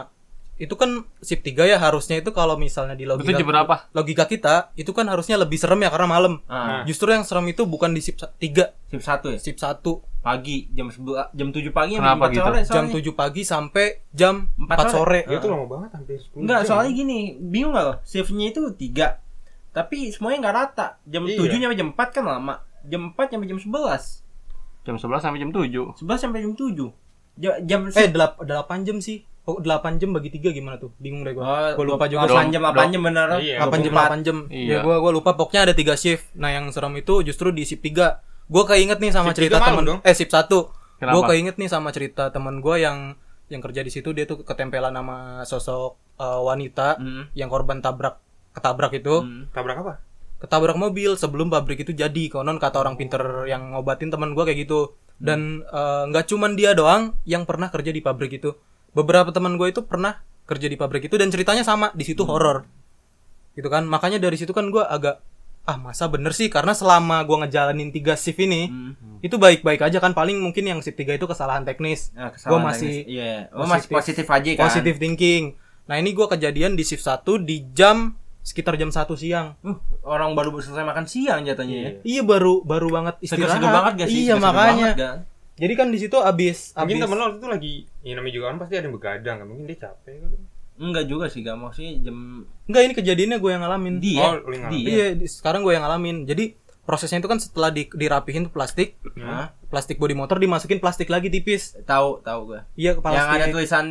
itu kan shift 3 ya harusnya itu kalau misalnya di
Itu
logika
jam berapa?
logika kita itu kan harusnya lebih serem ya karena malam.
Ah,
Justru yang serem itu bukan di shift 3,
shift satu ya.
shift 1
Pagi jam 11 jam 7 pagi
Kenapa gitu?
soalnya.
jam 7 pagi sampai jam 4,
Empat
sore.
Ya, itu lama banget hampir 10
Enggak,
jam.
soalnya gini, bingung gak lo? Shiftnya itu 3. Tapi semuanya nggak rata. Jam
Iya.
7 sampai jam 4 kan lama. Jam 4 sampai jam 11.
Jam 11 sampai jam 7.
11 sampai jam 7. Ja- Jam
Eh 8, 8 jam sih. Oh, 8 jam bagi 3 gimana tuh? Bingung deh
Ah,
gua. gua lupa juga.
8 jam 8
Dok.
jam bener.
Iya.
8 jam 8 jam.
Iya.
Ya gua gua lupa pokoknya ada 3 shift. Nah, yang serem itu justru di shift 3. Gua keinget nih sama
Shift tiga
cerita
malam
temen
dong?
eh shift 1.
Kenapa?
Gua keinget nih sama cerita temen gua yang yang kerja di situ dia tuh ketempelan sama sosok eh, wanita
Hmm.
yang korban tabrak ketabrak itu
Hmm.
Tabrak apa?
ketabrak mobil sebelum pabrik itu jadi konon kata orang pinter yang ngobatin teman gua kayak gitu dan eh, nggak cuman dia doang yang pernah kerja di pabrik itu beberapa teman gue itu pernah kerja di pabrik itu dan ceritanya sama di situ horor gitu kan makanya dari situ kan gua agak ah masa bener sih karena selama gua ngejalanin tiga shift ini itu baik-baik aja kan paling mungkin yang shift tiga itu kesalahan teknis
Nah,
Gua
kesalahan
masih
teknis. iya. Gua masih positif aja kan.
positive thinking nah ini gua kejadian di shift 1 di jam sekitar jam 1 siang
Uh, orang baru selesai makan siang jatanya ya.
Iya baru baru banget istirahat.
Seger-seger banget gak sih?
Iya
Seger-seger
makanya.
banget kan?
Jadi kan di situ abis abis.
Mungkin temen lo waktu itu lagi, ya namanya juga orang pasti ada yang begadang kan, mungkin dia capek kan.
Enggak juga sih, gak maksudnya jam
Enggak ini kejadiannya gue yang ngalamin.
dia.
Oh, lu yang ngalamin.
dia.
Iya di- sekarang gue yang ngalamin. Jadi prosesnya itu kan setelah di- dirapihin tuh plastik,
Hah?
plastik body motor dimasukin plastik lagi tipis.
Tahu, tahu gua.
Iya kepala
Yang ada
stick.
tulisan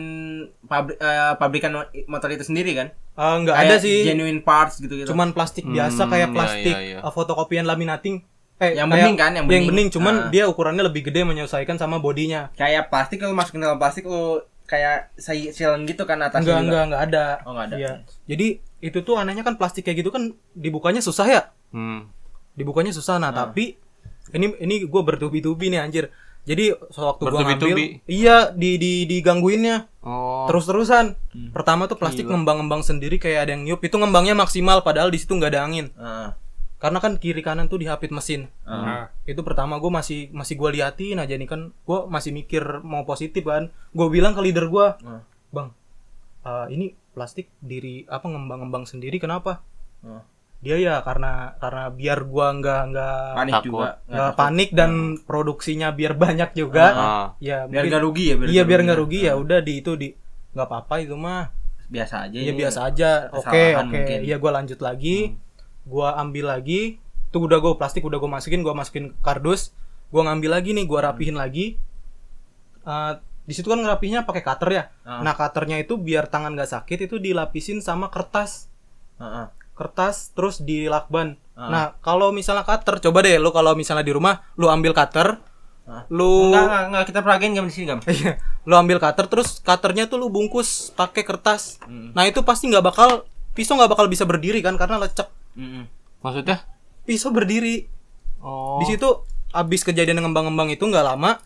pabri- eh, pabrikan motor itu sendiri kan?
Ah, nggak
Kayak
ada sih.
Genuine gitu. parts gitu-gitu.
Cuman plastik biasa
Hmm,
kayak
iya,
plastik
iya, iya.
eh, fotokopian laminating. Eh,
Yang
kayak-
bening kan, yang bening.
cuman
Ah.
dia ukurannya lebih gede menyesuaikan sama bodinya.
kayak plastik lu masukin dalam plastik lu kayak si- silen gitu kan atasnya. juga.
Enggak, enggak, enggak ada.
Oh, nggak ada.
Iya. Jadi itu tuh anehnya kan plastik kayak gitu kan dibukanya susah ya.
Hmm.
dibukanya susah nah tapi ini ini gue bertubi-tubi nih anjir jadi waktu gue ngambil
Bertubi-tubi.
iya di di digangguinnya
Oh.
terus-terusan pertama tuh plastik ngembang-ngembang sendiri kayak ada yang nyup itu ngembangnya maksimal padahal di situ nggak ada angin
Ah,
karena kan kiri kanan tuh dihapit mesin
Nah,
itu pertama gue masih masih gue liatin aja nih kan gue masih mikir mau positif kan gue bilang ke leader gue
Hmm.
bang eh, ini plastik diri apa ngembang-ngembang sendiri kenapa
Hmm.
dia ya karena karena biar gue nggak nggak
Panik juga.
nggak panik dan produksinya biar banyak juga
Ah,
ya
biar
mungkin-
nggak rugi ya
iya biar nggak rugi ya udah di itu di nggak apa-apa itu mah
biasa aja
Iya
ini.
biasa aja. Oke
kesalahan
oke.
mungkin.
Iya gue lanjut lagi. Gue ambil lagi. Tuh udah gue plastik udah gue masukin gue masukin ke kardus. Gue ngambil lagi nih gue rapihin lagi. Eh, di situ kan ngerapihinnya pakai cutter ya.
Ah.
Nah cutternya itu biar tangan gak sakit itu dilapisin sama kertas
Heeh.
kertas terus dilakban.
Ah.
Nah kalau misalnya cutter coba deh lu kalau misalnya di rumah lu ambil cutter.
Ah.
Lu
Enggak, enggak, enggak, kita peragain gam di sini gam.
<laughs> Iya, lu ambil cutter terus cutternya tuh lu bungkus pakai kertas. Nah itu pasti nggak bakal pisau nggak bakal bisa berdiri kan karena lecek.
Mm-mm.
maksudnya?
Pisau berdiri.
Oh.
Di situ abis kejadian ngembang-ngembang itu nggak lama,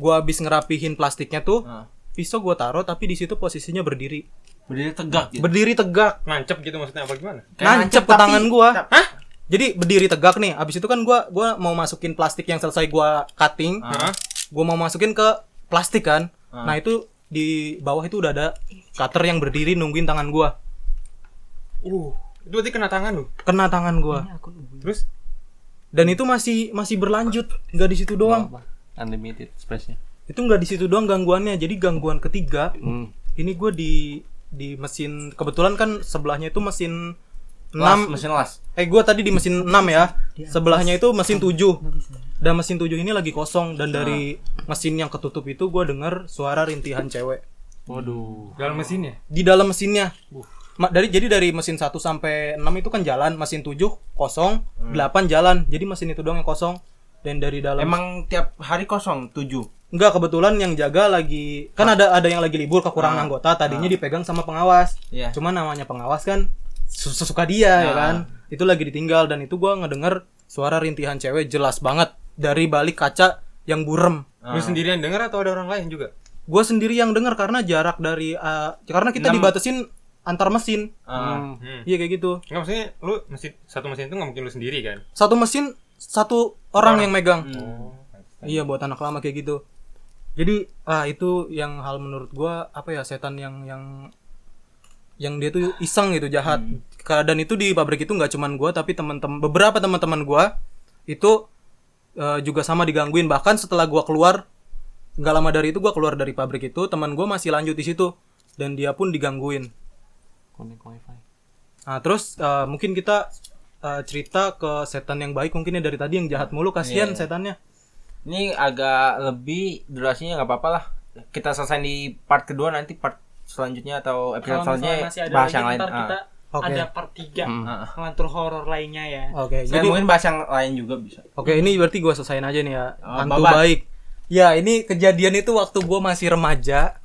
gua abis ngerapihin plastiknya tuh,
Ah.
pisau gua taruh tapi di situ posisinya berdiri,
Berdiri tegak gitu.
berdiri tegak,
Nancep gitu maksudnya apa gimana?
Kayak
nancep ke
tapi-
tangan gua.
tap-
Hah? Jadi berdiri tegak nih, abis itu kan gua gua mau masukin plastik yang selesai gua
Nah,
cutting,
Ah.
Hah?
gue mau masukin ke plastik kan nah itu di bawah itu udah ada cutter yang berdiri nungguin tangan gua
Uh, itu berarti kena tangan lu.
kena tangan gua
Iya.
Terus
dan itu masih masih berlanjut nggak di situ doang
Unlimited space-nya.
itu nggak di situ doang gangguannya jadi gangguan ketiga
Hmm.
ini gue di di mesin kebetulan kan sebelahnya itu mesin
Las,
6
mesin las.
eh gua tadi di mesin 6 ya sebelahnya itu mesin 7 dan mesin 7 ini lagi kosong dan dari mesin yang ketutup itu gua dengar suara rintihan cewek
Waduh.
dalam mesinnya.
di dalam mesinnya.
Uh.
Ma- dari jadi dari mesin 1 sampai 6 itu kan jalan, mesin 7 kosong,
Hmm.
8 jalan. Jadi mesin itu doang yang kosong. Dan dari dalam
Emang tiap hari kosong tujuh.
enggak kebetulan yang jaga lagi
Ah.
kan ada ada yang lagi libur kekurangan anggota, tadinya dipegang sama pengawas.
Iya.
Cuma namanya pengawas kan su- sesuka
Ah.
dia ya kan. Itu lagi ditinggal dan itu gua ngedenger suara rintihan cewek jelas banget dari balik kaca yang burem.
Ah.
Lu sendirian denger atau ada orang lain juga?
Gue sendiri yang denger karena jarak dari eh, karena kita dibatasin antar mesin.
Ah.
Hmm.
Iya kayak gitu.
Enggak maksudnya lu mesin satu mesin itu nggak mungkin lu sendiri kan?
satu mesin satu orang yang megang
Oh.
iya buat anak lama kayak gitu jadi ah itu yang hal menurut gua apa ya setan yang yang yang dia tuh iseng gitu jahat keadaan itu di pabrik itu nggak cuman gua tapi teman-teman beberapa teman-teman gua itu eh, juga sama digangguin bahkan setelah gua keluar nggak lama dari itu gua keluar dari pabrik itu teman gua masih lanjut di situ dan dia pun digangguin
Connect wifi.
Nah, terus eh, mungkin kita eh, cerita ke setan yang baik mungkin ya dari tadi yang jahat mulu kasihan
Iya.
setannya.
Ini agak lebih durasinya nggak apa-apa lah. Kita selesai di part kedua nanti part selanjutnya atau episode
Kalau misalnya
selanjutnya
masih ada
bahas
lagi,
yang lain.
ntar
Ah.
kita
Oke.
ada part 3
Ah.
ngelantur horor lainnya ya.
Oke,
Dan
jadi
mungkin bahas yang lain juga bisa.
oke ini berarti gua selesain aja nih ya.
Oh,
Ah,
Hantu
Babat.
baik. Ya, ini kejadian itu waktu gua masih remaja.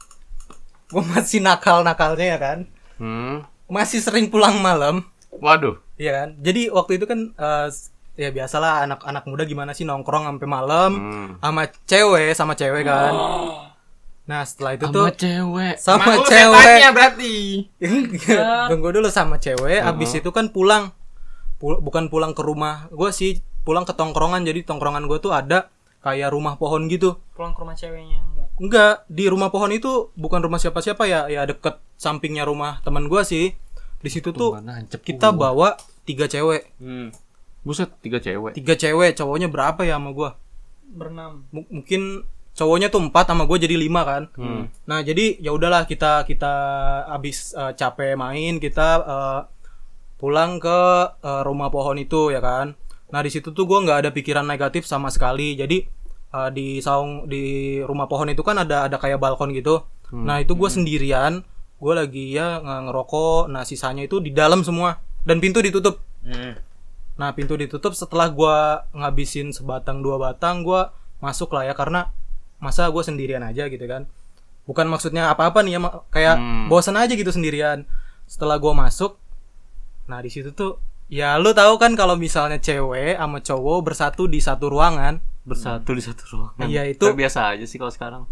Gua masih nakal-nakalnya ya kan.
Hmm.
Masih sering pulang malam,
Waduh.
Iya kan? Jadi waktu itu kan eh, s- ya biasalah anak-anak muda gimana sih nongkrong sampai malam
Hmm.
sama cewek sama cewek kan. Nah, setelah itu tuh
Sama cewek.
sama
Emang lu
cewek
setannya
<laughs>
berarti.
Enggak. Tunggu dulu sama cewek, abis itu kan pulang. Pul- bukan pulang ke rumah. Gue sih pulang ke tongkrongan. Jadi tongkrongan gue tuh ada kayak rumah pohon gitu.
Pulang ke rumah ceweknya enggak.
Enggak, di rumah pohon itu bukan rumah siapa-siapa ya, ya deket sampingnya rumah teman gue sih. Di situ tuh
Mana nancep
kita
gua.
bawa tiga cewek.
Hmm.
Buset, tiga cewek.
Tiga cewek, cowoknya berapa ya sama gue?
Berenam.
M- mungkin cowoknya tuh empat sama gue jadi lima kan nah jadi ya udahlah kita kita abis eh, capek main kita eh, pulang ke eh, rumah pohon itu ya kan nah di situ tuh gue nggak ada pikiran negatif sama sekali jadi eh, di saung di rumah pohon itu kan ada ada kayak balkon gitu nah itu gue sendirian gue lagi ya nge- ngerokok nah sisanya itu di dalam semua dan pintu ditutup
Hmm.
Nah pintu ditutup setelah gua ngabisin sebatang dua batang gua masuk lah ya karena masa gua sendirian aja gitu kan. Bukan maksudnya apa-apa nih ya ma- kayak
Hmm.
bosan aja gitu sendirian. Setelah gua masuk, nah di situ tuh ya lu tahu kan kalau misalnya cewek sama cowok bersatu di satu ruangan.
Bersatu di satu ruangan.
Iya, itu-
Tapi biasa aja sih kalau sekarang.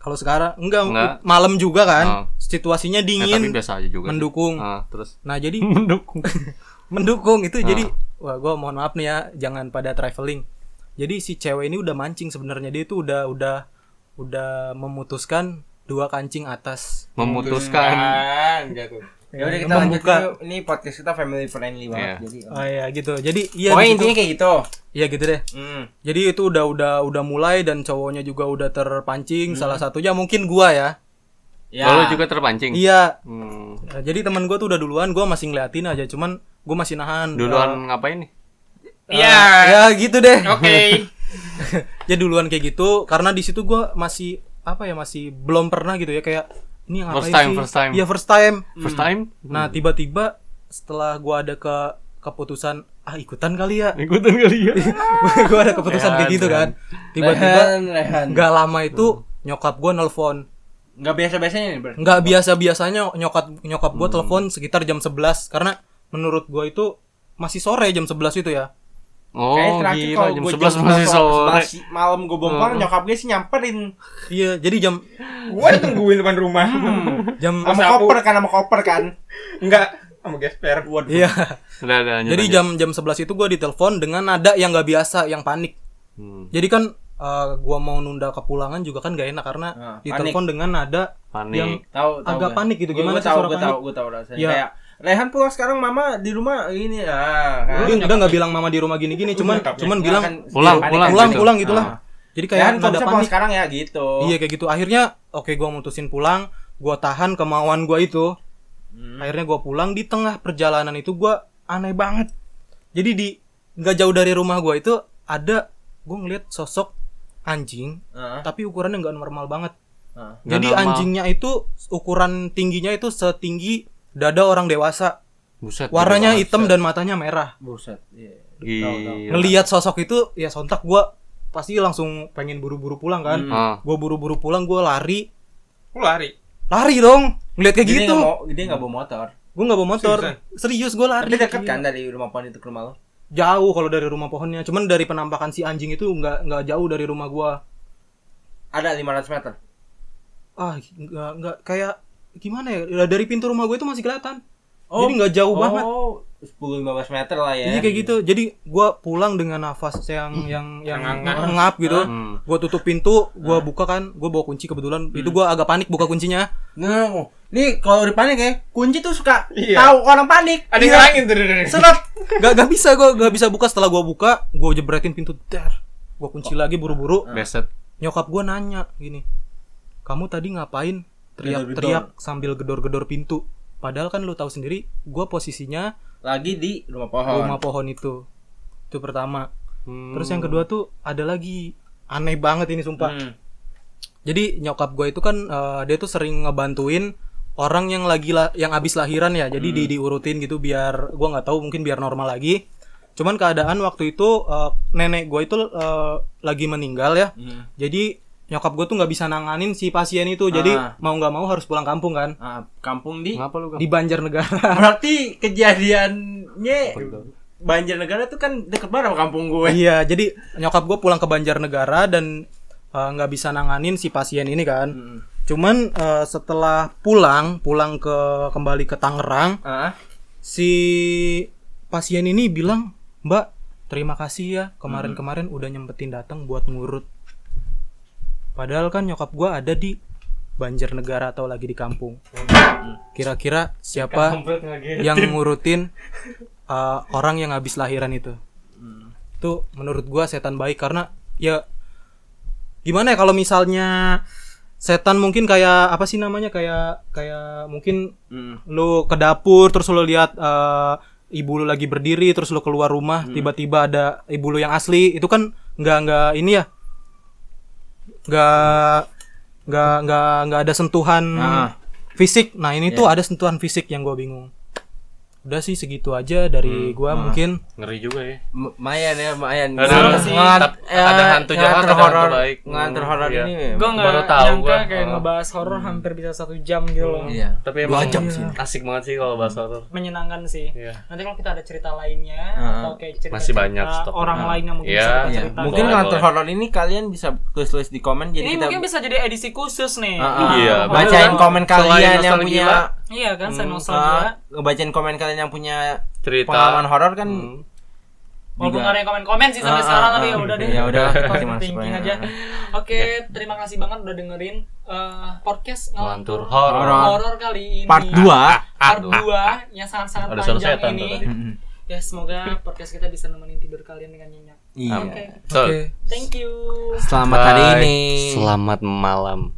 Kalau sekarang enggak,
Enggak.
malam juga kan
Ah.
situasinya
Ya,
dingin
tapi biasa aja juga. sih.
mendukung.
Ah, terus
Nah jadi
mendukung.
Ah.
mendukung itu jadi wah gue mohon maaf nih ya jangan pada traveling Jadi si cewek ini udah mancing sebenarnya dia itu udah udah udah memutuskan dua kancing atas.
memutuskan
jatuh.
Iya,
Ya udah kita lanjut
Membuka.
dulu. Ini podcast kita family friendly banget.
Iya.
Jadi
Oh ya gitu. Jadi iya
Ah. Pokoknya
di situ-
intinya kayak gitu.
Iya gitu deh.
Hmm.
Jadi itu udah udah udah mulai dan cowoknya juga udah
Hmm.
terpancing. Salah satunya mungkin gua ya.
Ya.
Oh, lu juga terpancing
Iya.
Hmm.
Ya, Jadi teman gua tuh udah duluan, gua masih ngeliatin aja. Cuman gua masih nahan. Ah.
duluan ngapain nih
Iya. ya gitu deh. Oke. <laughs> ya duluan kayak gitu karena di situ gua masih apa ya masih belum pernah gitu ya kayak ini ngapain
First time,
sih?
first time. Hmm.
Iya first time.
first time
Nah tiba-tiba setelah gua ada ke keputusan ah ikutan kali ya. <laughs>
ikutan kali ya
gua ada keputusan kayak gitu kan. Tiba-tiba
Rehan, Rehan.
nggak lama itu nyokap gua nelpon.
Enggak biasa-biasanya nih, Bro.
nggak biasa biasanya nyokap nyokap
Hmm.
gue telepon sekitar jam 11 karena menurut gue itu masih sore jam 11 itu ya
oh
Kayaknya terakhir
gila
kalau
jam
gua
11 masih
11
sore
si- Malam gue bompang nyokap gue sih nyamperin.
iya jadi jam
Gua nungguin depan rumah. Hmm.
jam
Sama
Sapu.
koper kan, sama koper kan.
Enggak, sama gesper. Waduh.
iya
udah udah lanjut,
jadi
lanjut.
jam jam 11 itu gue ditelepon dengan nada yang nggak biasa yang panik
Hmm,
jadi kan eh, gua gue mau nunda kepulangan juga kan gak enak karena
Ah,
ditelepon dengan nada
panik
yang
Tahu, tahu.
agak
gua.
panik gitu
Gua-
gimana
gua
sih
tahu,
suara
gua tahu,
panik
gua tahu rasanya.
Iya.
Kayak Rehan pulang sekarang mama di rumah ini ah. Kan.
dia udah nggak bilang mama di rumah gini gini cuman cuman
Nggak
bilang
Iya, kan,
pulang
panik
pulang
kan.
pulang
gitu.
pulang gitulah
Ah.
jadi kayak
Rehan kalau
nada
bisa pulang
panik
sekarang ya gitu.
Iya kayak gitu. Akhirnya oke gua mutusin pulang, gua tahan kemauan gua itu.
Hmm.
Akhirnya gua pulang di tengah perjalanan itu gua aneh banget. Jadi di nggak jauh dari rumah gua itu ada gua ngeliat sosok anjing,
Heeh.
tapi ukurannya nggak normal banget.
Ah.
Nggak
Jadi
normal.
anjingnya itu ukuran tingginya itu setinggi dada orang dewasa.
buset
Warnanya hitam dan matanya merah.
Buset. Iya.
gila
Ngeliat sosok itu ya sontak gua pasti langsung pengen buru-buru pulang kan.
Hmm.
Ah.
Gua buru-buru pulang, gua lari.
Lu lari.
Lari dong. Ngeliat kayak
Jadi dia
gitu.
nggak mau- dia nggak bawa motor.
gue nggak bawa motor serius gue lari
Tapi deket kan dari rumah pohon itu ke rumah lo?
jauh kalau dari rumah pohonnya cuman dari penampakan si anjing itu nggak nggak jauh dari rumah gue
Ada 500 meter.
ah nggak nggak kayak gimana ya Ya, dari pintu rumah gue itu masih kelihatan jadi nggak jauh banget
Oh, 10-15 meter lah ya.
Iya kayak gitu. Jadi gua pulang dengan nafas yang yang yang ngap gitu. Gua tutup pintu, gua buka kan, gua bawa kunci kebetulan. Itu gua agak panik buka kuncinya.
Nah, nih kalau udah panik ya, kunci tuh suka tahu orang panik.
Ada yang ngerangin tuh.
Seret. gak, gak bisa gua gak bisa buka setelah gua buka, gua jebretin pintu dar. Gua kunci lagi buru-buru.
beset
nyokap gue nanya gini kamu tadi ngapain teriak-teriak sambil gedor-gedor pintu padahal kan lu tahu sendiri gue posisinya
Lagi di rumah pohon.
rumah pohon itu itu pertama terus yang kedua tuh ada lagi aneh banget ini sumpah
Hmm.
jadi nyokap gue itu kan eh, dia tuh sering ngebantuin orang yang lagi la- yang abis lahiran ya jadi di diurutin gitu biar gua nggak tahu mungkin biar normal lagi cuman keadaan waktu itu eh, nenek gue itu eh, lagi meninggal ya
Iya.
jadi nyokap gue tuh nggak bisa nanganin si pasien itu jadi
Ah.
mau nggak mau harus pulang kampung kan
Ah, kampung di
ngapa lu Kang?
di Banjarnegara <laughs>
Berarti kejadiannya Banjarnegara tuh kan deket banget sama kampung gue.
iya jadi nyokap gue pulang ke Banjarnegara dan eh, nggak bisa nanganin si pasien ini kan
Hmm.
cuman eh, setelah pulang pulang ke kembali ke Tangerang
Ah,
si pasien ini bilang mbak terima kasih ya kemarin-kemarin udah nyempetin datang buat ngurut padahal kan nyokap gua ada di Banjarnegara atau lagi di kampung kira-kira siapa yang ngurutin uh, orang yang habis lahiran itu
Hmm.
itu menurut gua setan baik karena ya gimana ya kalau misalnya setan mungkin kayak apa sih namanya kayak kayak mungkin
Hmm.
lu ke dapur terus lu lihat eh, ibu lu lagi berdiri terus lu keluar rumah tiba-tiba ada ibu lu yang asli itu kan nggak nggak ini ya nggak nggak nggak nggak ada sentuhan fisik nah ini tuh ada sentuhan fisik yang gua bingung udah sih segitu aja dari gua mungkin
ngeri juga ya
lumayan ya, lumayan.
Ada- tap- ada hantu jahat, ada hantu baik.
Nganter
Hmm,
horor
iya.
ini.
Gue nggak
Baru tahu
nyangka
gua.
kayak
Oh.
ngebahas horor hampir bisa satu jam gitu loh.
Hmm. Iya.
tapi emang Iya. asik banget sih kalau bahas horor
Menyenangkan sih.
Iya.
Nanti kalau kita ada cerita lainnya
Ah.
atau kayak cerita,
Masih banyak stok.
orang
Nah.
lain yang mungkin
Iya.
bisa kita
Iya.
cerita.
Mungkin
Boleh,
nganter
boleh.
horor ini kalian bisa tulis-tulis di komen jadi
Ini
kita
mungkin bisa jadi edisi khusus nih.
Ah, ah.
Iya,
bacain
bener.
komen
Selain
kalian yang
nostalgia,
punya
Iya kan, saya
Hmm,
nostalgia.
ah, ngebacain komen kalian yang punya
cerita Hmm.
pengalaman horor kan
Walaupun
Juga.
gak ada yang komen-komen sih sampai
Ah,
sekarang
ah,
tapi
ah.
ya udah deh.
Ya
<laughs>
udah,
Kita
kita masuk ya.
thinking
aja.
aja. Oke, terima kasih banget udah dengerin eh, podcast
Ngelantur
ngelantur
horor.
horor kali ini.
Part Ah, 2
Part 2 yang sangat-sangat
Ada suara
panjang
setan tuh tadi.
ini. Ya semoga podcast kita bisa nemenin tidur kalian dengan nyenyak.
Iya.
Oke.
So,
Thank you.
Selamat hari
Bye.
ini.
Selamat malam.